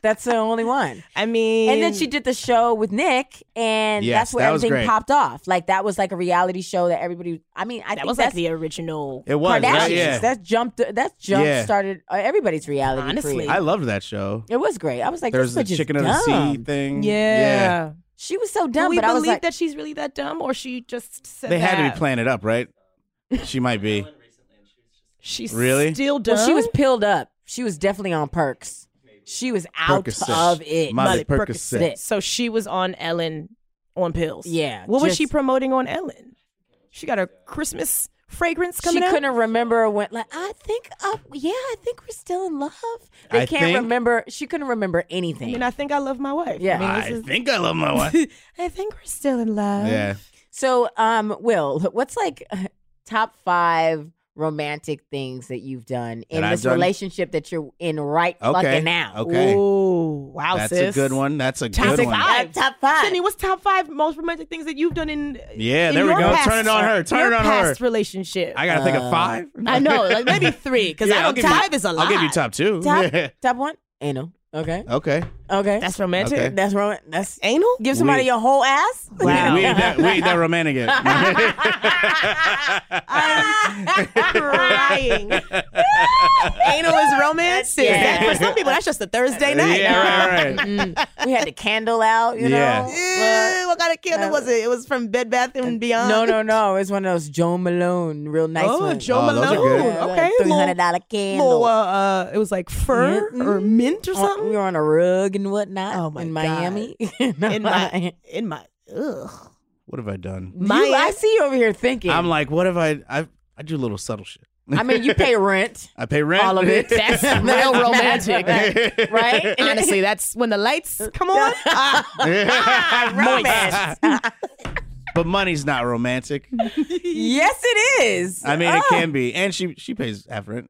That's the only one.
I mean,
And then she did the show with Nick, and
Yes,
that's where
that was
everything
great.
popped off. Like that was like a reality show that everybody. I mean, I
that
think
was like
that's
the original.
it was.
Kardashians.
Right? Yeah,
That jumped. That jump
Yeah.
started uh, everybody's reality.
Honestly.
career.
I loved that show.
it was great. I was like,
There's
this
the
bitch is
chicken of the
dumb.
sea thing.
yeah.
She was so
Do
dumb,
we
but I was
believe
like,
that she's really that dumb, or she just said
they
that?
had to be playing it up,
[LAUGHS]
right? She might be.
She's
Really?
still dumb.
well, she was pilled up. She was definitely on perks. She was out
Percocet.
of it.
Molly
Percocet.
Percocet.
So she was on Ellen on pills.
Yeah,
What was she
just-
promoting on Ellen? She got her Christmas fragrance
She
coming out.
couldn't remember when. Like, I think, uh, yeah, I think we're still in love. They
I
can't
think-
remember. She couldn't remember
I
anything.
mean, I think I love my wife.
Yeah.
I, mean,
I
this is-
think I love my
[LAUGHS]
wife.
I think we're still in love.
yeah.
So, um, Will, what's like [LAUGHS] top five romantic things that you've done in
I've
this
done?
relationship that you're in right
Okay.
fucking now?
Okay.
Ooh, wow,
That's
sis.
a good one. That's a
Top
good one.
five.
Uh, top five.
Sydney, what's top five most romantic things that you've done in?
Yeah,
in
there we
your
go.
Past,
Turn it on her. Turn
your
it on her.
past relationship.
I gotta think of
Uh,
five.
I know, like maybe three,
[LAUGHS]
because
Yeah,
I
I'll
don't.
give you-
Five is a lot.
I'll give you top two.
[LAUGHS] Top,
[LAUGHS] Yeah.
top one. Anal. Okay.
Okay.
Okay.
That's romantic.
Okay.
that's wrong. That's
Anal.
give somebody
We-
your whole ass.
Wow.
[LAUGHS] We, we, ain't that, we ain't that
[LAUGHS]
romantic yet. [LAUGHS]
[LAUGHS] crying. Anal is romance. sis.
Yeah.
That- For some people, that's just a Thursday night.
Yeah, right,
[LAUGHS]
right.
Mm. we had the candle out. You
Yeah.
know.
[LAUGHS] Eh, what kind of candle was it? It was from Bed Bath and Beyond.
No, no, no. It's one of those Joe Malone, real nice
Oh,
ones.
Joe
Oh, those are
Malone.
good.
Yeah,
Okay,
Three
little-
hundred dollar candle.
Little, uh, uh, it was like fur
Yeah.
or mint or
On- we
something.
were on a rug and whatnot
Oh,
[LAUGHS]
my
in
God.
Miami.
In my, in my, ugh.
What have I done?
My,
Miami.
I see you over here thinking.
I'm like, what have I? I I do little subtle shit.
I mean, you pay
[LAUGHS]
rent,
I pay rent.
all of
[LAUGHS]
it. [LAUGHS]
That's real romantic.
right?
[LAUGHS]
right?
Honestly, that's when the [LAUGHS] lights come on. Ah, [LAUGHS]
romance.
but money's not romantic.
yes, it is.
I mean, it
Oh,
can be. And she she pays half rent.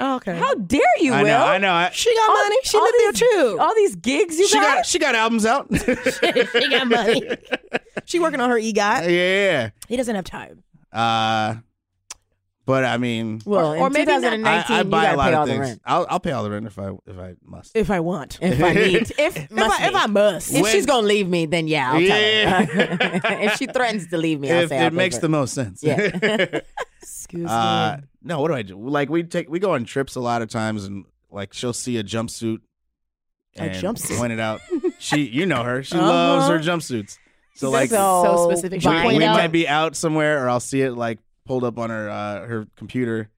oh, okay.
How dare you,
I
Will?
know. I know. I,
she got
All-
money. She
all
lived there
these-
too. [LAUGHS]
All these gigs you
she
got.
got she got albums out. [LAUGHS]
she got [LAUGHS] money. she working on her E EGOT.
yeah.
He doesn't have time.
Uh, but I mean,
well,
or
in
maybe not-
2019,
I, I buy
you gotta
a lot
pay
of
all
things.
the rent.
I'll I'll pay all the rent if I if I must.
If I want.
If
[LAUGHS]
I need, if
If I, if I must.
If
When-
she's gonna leave me, then yeah, I'll tell her.
Yeah.
[LAUGHS] if she threatens to leave me, I'll
if
say I'll
it
pay
makes
for
the most sense. [LAUGHS]
Yeah.
Excuse
uh, no, what do I do? Like we take we go on trips a lot of times, and like she'll see a jumpsuit.
A
and
jumpsuit.
Point it out. She, you know her.
[LAUGHS]
She
Uh-huh.
loves her jumpsuits. So like,
so specific.
we,
Should
buying
point
we
out-
might be out somewhere, or I'll see it like pulled up on her uh, her computer,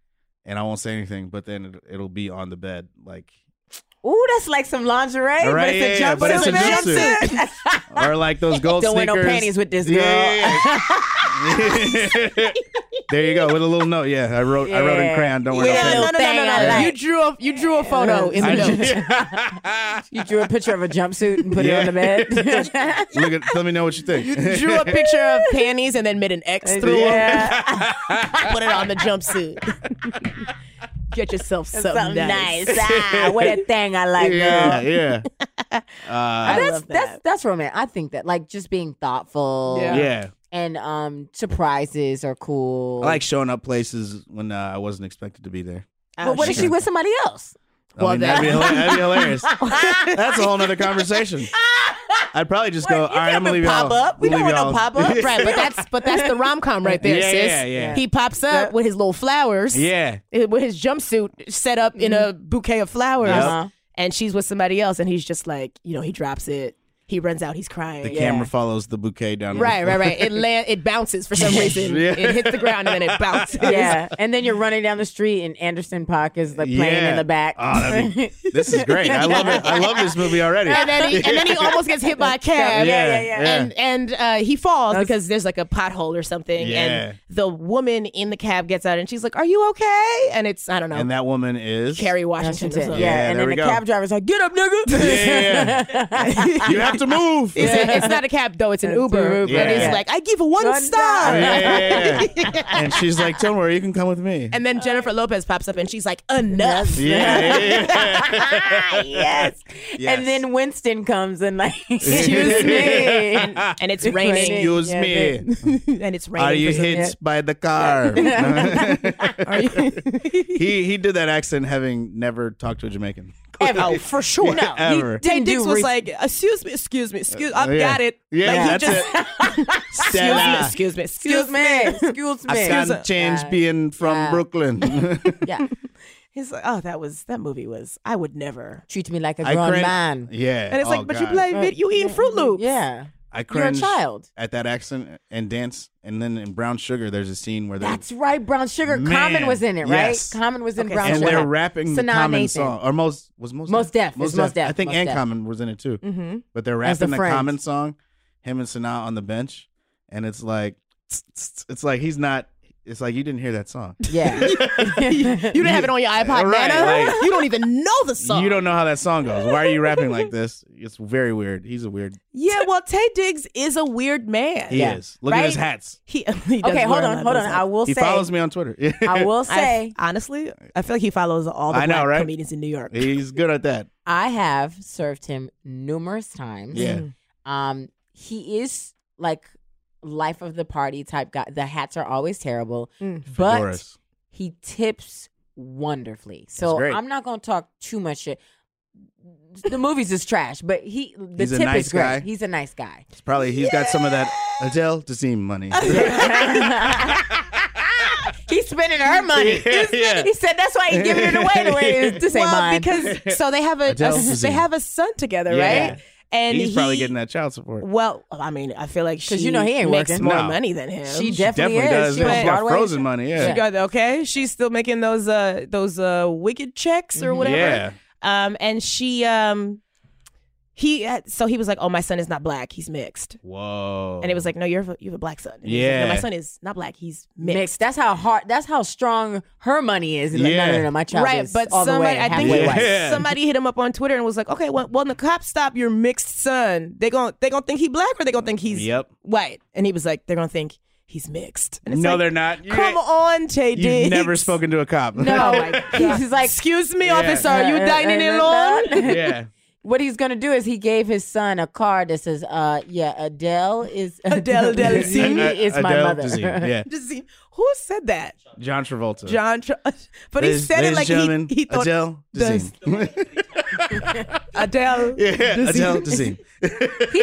and I won't say anything. But then it, it'll be on the bed, like
Ooh, that's like some lingerie, but
Right,
it's a
yeah, yeah,
jumpsuit.
but it's a
man.
or like
[LAUGHS]
those gold
Don't wear
sneakers.
no panties with this girl.
Yeah. [LAUGHS] there you go with a little note. Yeah, I wrote I wrote in
Yeah.
crayon. Don't wear
Yeah,
no
no, no, no, no,
thing
no,
I
no.
like.
You drew a you drew a photo in the
panties.
note.
I- [LAUGHS]
You drew a picture of a jumpsuit and put
Yeah.
it on the [LAUGHS] bed.
[LAUGHS] Look at. Let me know what you think.
[LAUGHS] You
[LAUGHS]
drew a picture of panties and then made an X through
yeah,
[LAUGHS] them. Put it on the jumpsuit. Get yourself something,
something nice. Ah, what a thing I like,
yeah,
girl.
[LAUGHS]
yeah. Uh,
that's
love that.
that's that's romantic. I think that like just being thoughtful.
Yeah.
yeah.
and um surprises are cool.
I like showing up places when uh, I wasn't expected to be there.
But what [LAUGHS] if she with somebody else?
I mean, that'd, be, hila- that'd be
[LAUGHS]
hilarious. That's a whole nother conversation. I'd probably just go.
You
All right, I'm
can't
gonna
be
leave y'all.
pop up. We
I'm
don't
gonna
want no
leave
pop
y'all-
up.
Yeah,
Right, but that's but that's the rom com right there,
yeah,
sis.
yeah, yeah.
He pops up with his little flowers.
Yeah.
eh, With his jumpsuit set up in a bouquet of flowers.
Yep.
Uh-huh.
And she's with somebody else and he's just like, you know, he drops it. He runs out, he's crying.
The
Yeah.
camera follows the bouquet down.
Right,
the
right, right. It land it bounces for some
[LAUGHS]
reason.
Yeah.
It hits the ground and then
[LAUGHS]
it bounces.
Yeah, and then you're running down the street and Anderson Park is like playing
Yeah.
in the back.
Oh, that'd
[LAUGHS]
be- right. This is great. I love it. I love this movie already.
[LAUGHS] And then, he, and then he almost gets hit by a
[LAUGHS]
cab.
Yeah, yeah, yeah.
And and uh, he falls because there's like a pothole or something.
Yeah.
And the woman in the cab gets out and she's like, "Are you okay?" And it's I don't know,
and that woman is
Carrie Washington.
Washington. Yeah,
Yeah.
Yeah,
and then
there we
the
go.
cab driver's like, "Get up, nigga!"
Yeah, you have to
[LAUGHS]
move.
It's, a- it's not a cab though; it's an Uber.
Uber.
And
Yeah.
it's like, "I give a one,
One
star."
star.
[LAUGHS]
Yeah. and she's like, "Don't worry, you can come with me."
And then Jennifer Lopez pops up and she's like, "Enough."
yeah, yeah,
[LAUGHS]
[LAUGHS]
yes.
Yes.
And then Winston comes and
[LAUGHS]
like,
Excuse me. And, and it's
yeah.
raining.
Raining.
Use
Yeah,
me.
[LAUGHS] And it's raining.
Are you
for some-
hit by the car?
[LAUGHS] Are you-
[LAUGHS] he he did that accent having never talked to a Jamaican.
Oh, for sure. No.
Ever.
Tay
They
Dix
do
was
re-
like, excuse me, excuse me, excuse I've
Yeah.
got it.
Yeah,
like,
that's it.
[LAUGHS]
Stella.
Excuse me, excuse me, excuse
excuse
me.
me, excuse me.
I can't change being from Brooklyn. [LAUGHS]
yeah.
He's like, oh, that was, that movie was, I would never.
Treat me like a
I
grown
cringe-
man.
Yeah.
And it's
oh,
like, but you
God.
play, vid- you eating Fruit Loops.
Yeah.
I
You're a
cringe
child.
at that accent and dance. And then in Brown Sugar, there's a scene where they're
That's right, Brown Sugar.
Man,
Common was in it, right?
yes.
Common was in
Okay,
Brown
and
Sugar.
they're rapping the
Sanaa
common
Nathan.
song, or most was most
Mos Def. It's Mos
I
Def,
think
Mos
and
Def.
common was in it too.
Mm-hmm.
But they're
As the
rapping the,
friend.
common song, him and Sanaa on the bench, and it's like, tss, tss, it's like he's not. It's like you didn't hear that song.
[LAUGHS]
[LAUGHS]
Yeah.
You didn't have it on your iPod,
Right,
Nana.
like-
[LAUGHS] you don't even know the song.
You don't know how that song goes. Why are you rapping
[LAUGHS]
like this? It's very weird. He's a weird.
Yeah, well, Tay Diggs is a weird man.
He is. Look at his
Right?
hats.
He, [LAUGHS] he does
okay,
wear
hold
a
on,
lot
hold
of
on.
those
I will
He
say.
follows me on Twitter. [LAUGHS]
I will say.
I- honestly, I feel like he follows all the
I know,
black
right?
comedians in New York.
He's good at that.
I have served him numerous times.
Yeah.
Um, he is like life of the party type guy. The hats are always terrible,
Mm.
but
Doris.
he tips wonderfully. So
great.
I'm not gonna talk too much shit. The movies is trash, but he the
He's a
tip
nice
is great.
guy.
He's a nice guy.
It's probably he's got some of that Adele
[LAUGHS]
Dazeem money.
He's spending
[LAUGHS]
her money.
Yeah, yeah.
He said that's why he's giving it away the way
[LAUGHS]
it is. This ain't
well,
mine.
because so they have a,
Adele
a-
Dazeem.
they have a son together,
Yeah.
right? And
he's probably
he-
getting that child support.
Well, I mean, I feel like she
you know he ain't
makes
working.
more
No.
money than him.
she
She
definitely,
definitely
is.
does.
She
yeah,
was
she
on
got
Broadway.
frozen money. Yeah.
She got okay. She's still making those uh those uh wicked checks or whatever.
Yeah.
Um, and she um he had- so he was like, oh, my son is not black. He's mixed.
Whoa.
And it was like, no, you're you have a black son. And he was like,
Yeah.
no, my son is not black. He's mixed.
mixed. That's how hard. That's how strong her money is. Like,
Yeah.
No, no, no, my child
right,
is
but
all the
somebody
way
I think
halfway
Yeah.
white.
[LAUGHS]
somebody hit him up on Twitter and was like, "Okay, well, when the cops stop your mixed son, they gon' they gonna think he black or they gonna think he's
Yep.
white." And he was like, "They're gonna think he's mixed." And it's
no,
like,
they're not. You
Come on, Tay
You've
Diggs.
never [LAUGHS]
[LAUGHS]
spoken to a cop.
No, [LAUGHS] he's like,
Excuse me, officer. Are you
Uh,
dining
uh,
in
uh,
[LAUGHS]
alone?
yeah.
What he's gonna do is he gave his son a card that says, "Uh, yeah, Adele is [LAUGHS]
Adele Dazeem.
Uh,
is my
Adele
mother."
Dazeem, Yeah.
[LAUGHS] Just see- Who said that?
John Travolta.
John. Tr- [LAUGHS] but he
Ladies-
said it
ladies
like
and gentlemen,
he, he thought
Adele Dazeem.
Adele.
[LAUGHS] yeah, Adele Dazeem.
[LAUGHS]
[LAUGHS]
He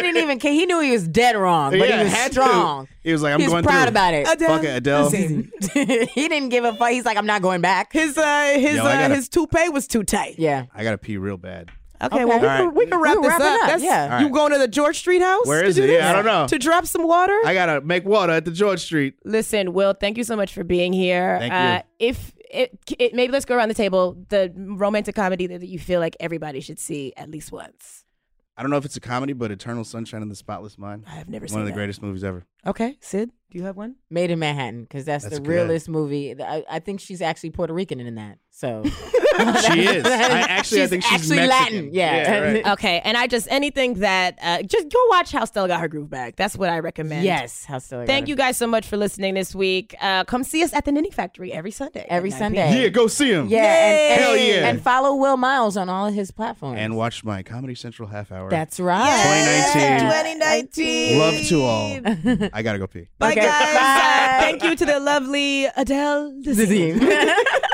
didn't even care. He knew he was dead wrong, but
yeah,
he was
had to.
strong.
He was like, I'm
He's
going
proud
through.
about it.
Adele.
Fuck it, Adele.
Dazeem.
[LAUGHS] he didn't give a fuck. He's like, "I'm not going back."
His uh, his
Yo, I
uh,
gotta-
his toupee was too tight.
Yeah.
I gotta pee real bad.
Okay, well, we,
All
can,
right.
we can wrap
We can
this
wrap it
up.
up,
That's,
yeah.
All
You
right.
going to the George Street house?
Where
to
is
do
it? Yeah,
this?
I don't know.
To drop some water?
I gotta make water at the George Street.
Listen, Will, thank you so much for being here.
Thank you.
uh, If it, it, maybe let's go around the table. The romantic comedy that you feel like everybody should see at least once.
I don't know if it's a comedy, but Eternal Sunshine of the Spotless Mind.
I have never seen
One of the
that.
greatest movies ever.
Okay, Sid, do you have one?
Made in Manhattan, because that's,
That's
the
good.
realest movie. I, I think she's actually Puerto Rican in that. [LAUGHS] So
she is. I actually, I
She's
think she's
actually
Mexican.
Latin. Yeah.
right.
Okay, and I just anything that uh, just go watch how Stella got her groove back. That's what I recommend.
yes, how silly.
Thank you guys so much for listening this week. Uh, come see us at the Knitting Factory every Sunday.
Every
at 9 p.m.
Sunday.
Yeah, go see him.
Yeah, and, and,
Hell yeah.
and follow Will Miles on all of his platforms.
And watch my Comedy Central half hour.
that's right.
2019.
2019.
Love to all. I gotta go pee.
Bye,
Okay,
guys.
bye.
Thank you to the lovely Adele Dazeem.
[LAUGHS]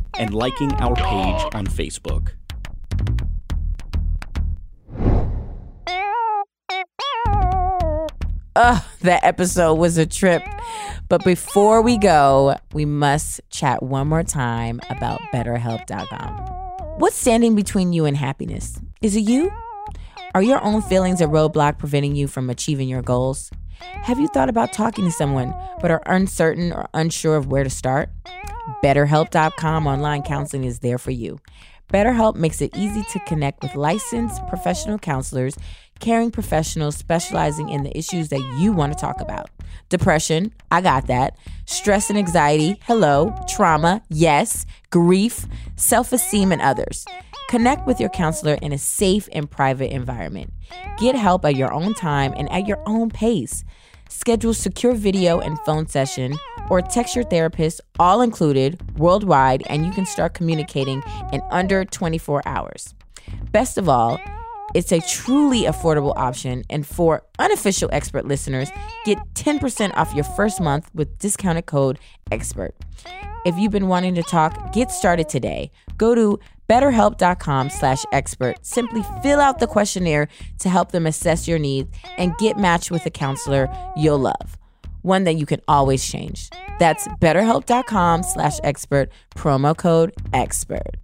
and liking our page on Facebook.
Ugh, Oh, that episode was a trip. But before we go, we must chat one more time about BetterHelp.com. What's standing between you and happiness? Is it you? Are your own feelings a roadblock preventing you from achieving your goals? Have you thought about talking to someone but are uncertain or unsure of where to start? BetterHelp.com online counseling is there for you. BetterHelp makes it easy to connect with licensed professional counselors, caring professionals specializing in the issues that you want to talk about. Depression, I got that. Stress and anxiety, hello. Trauma, yes. Grief, self esteem, and others. Connect with your counselor in a safe and private environment. Get help at your own time and at your own pace. Schedule secure video and phone session or text your therapist, all included, worldwide, and you can start communicating in under 24 hours. Best of all, it's a truly affordable option, and for unofficial expert listeners, get 10% off your first month with discounted code EXPERT. If you've been wanting to talk, get started today. Go to betterhelp.com slash expert. Simply fill out the questionnaire to help them assess your needs and get matched with a counselor you'll love. One that you can always change. That's betterhelp.com slash expert, promo code expert.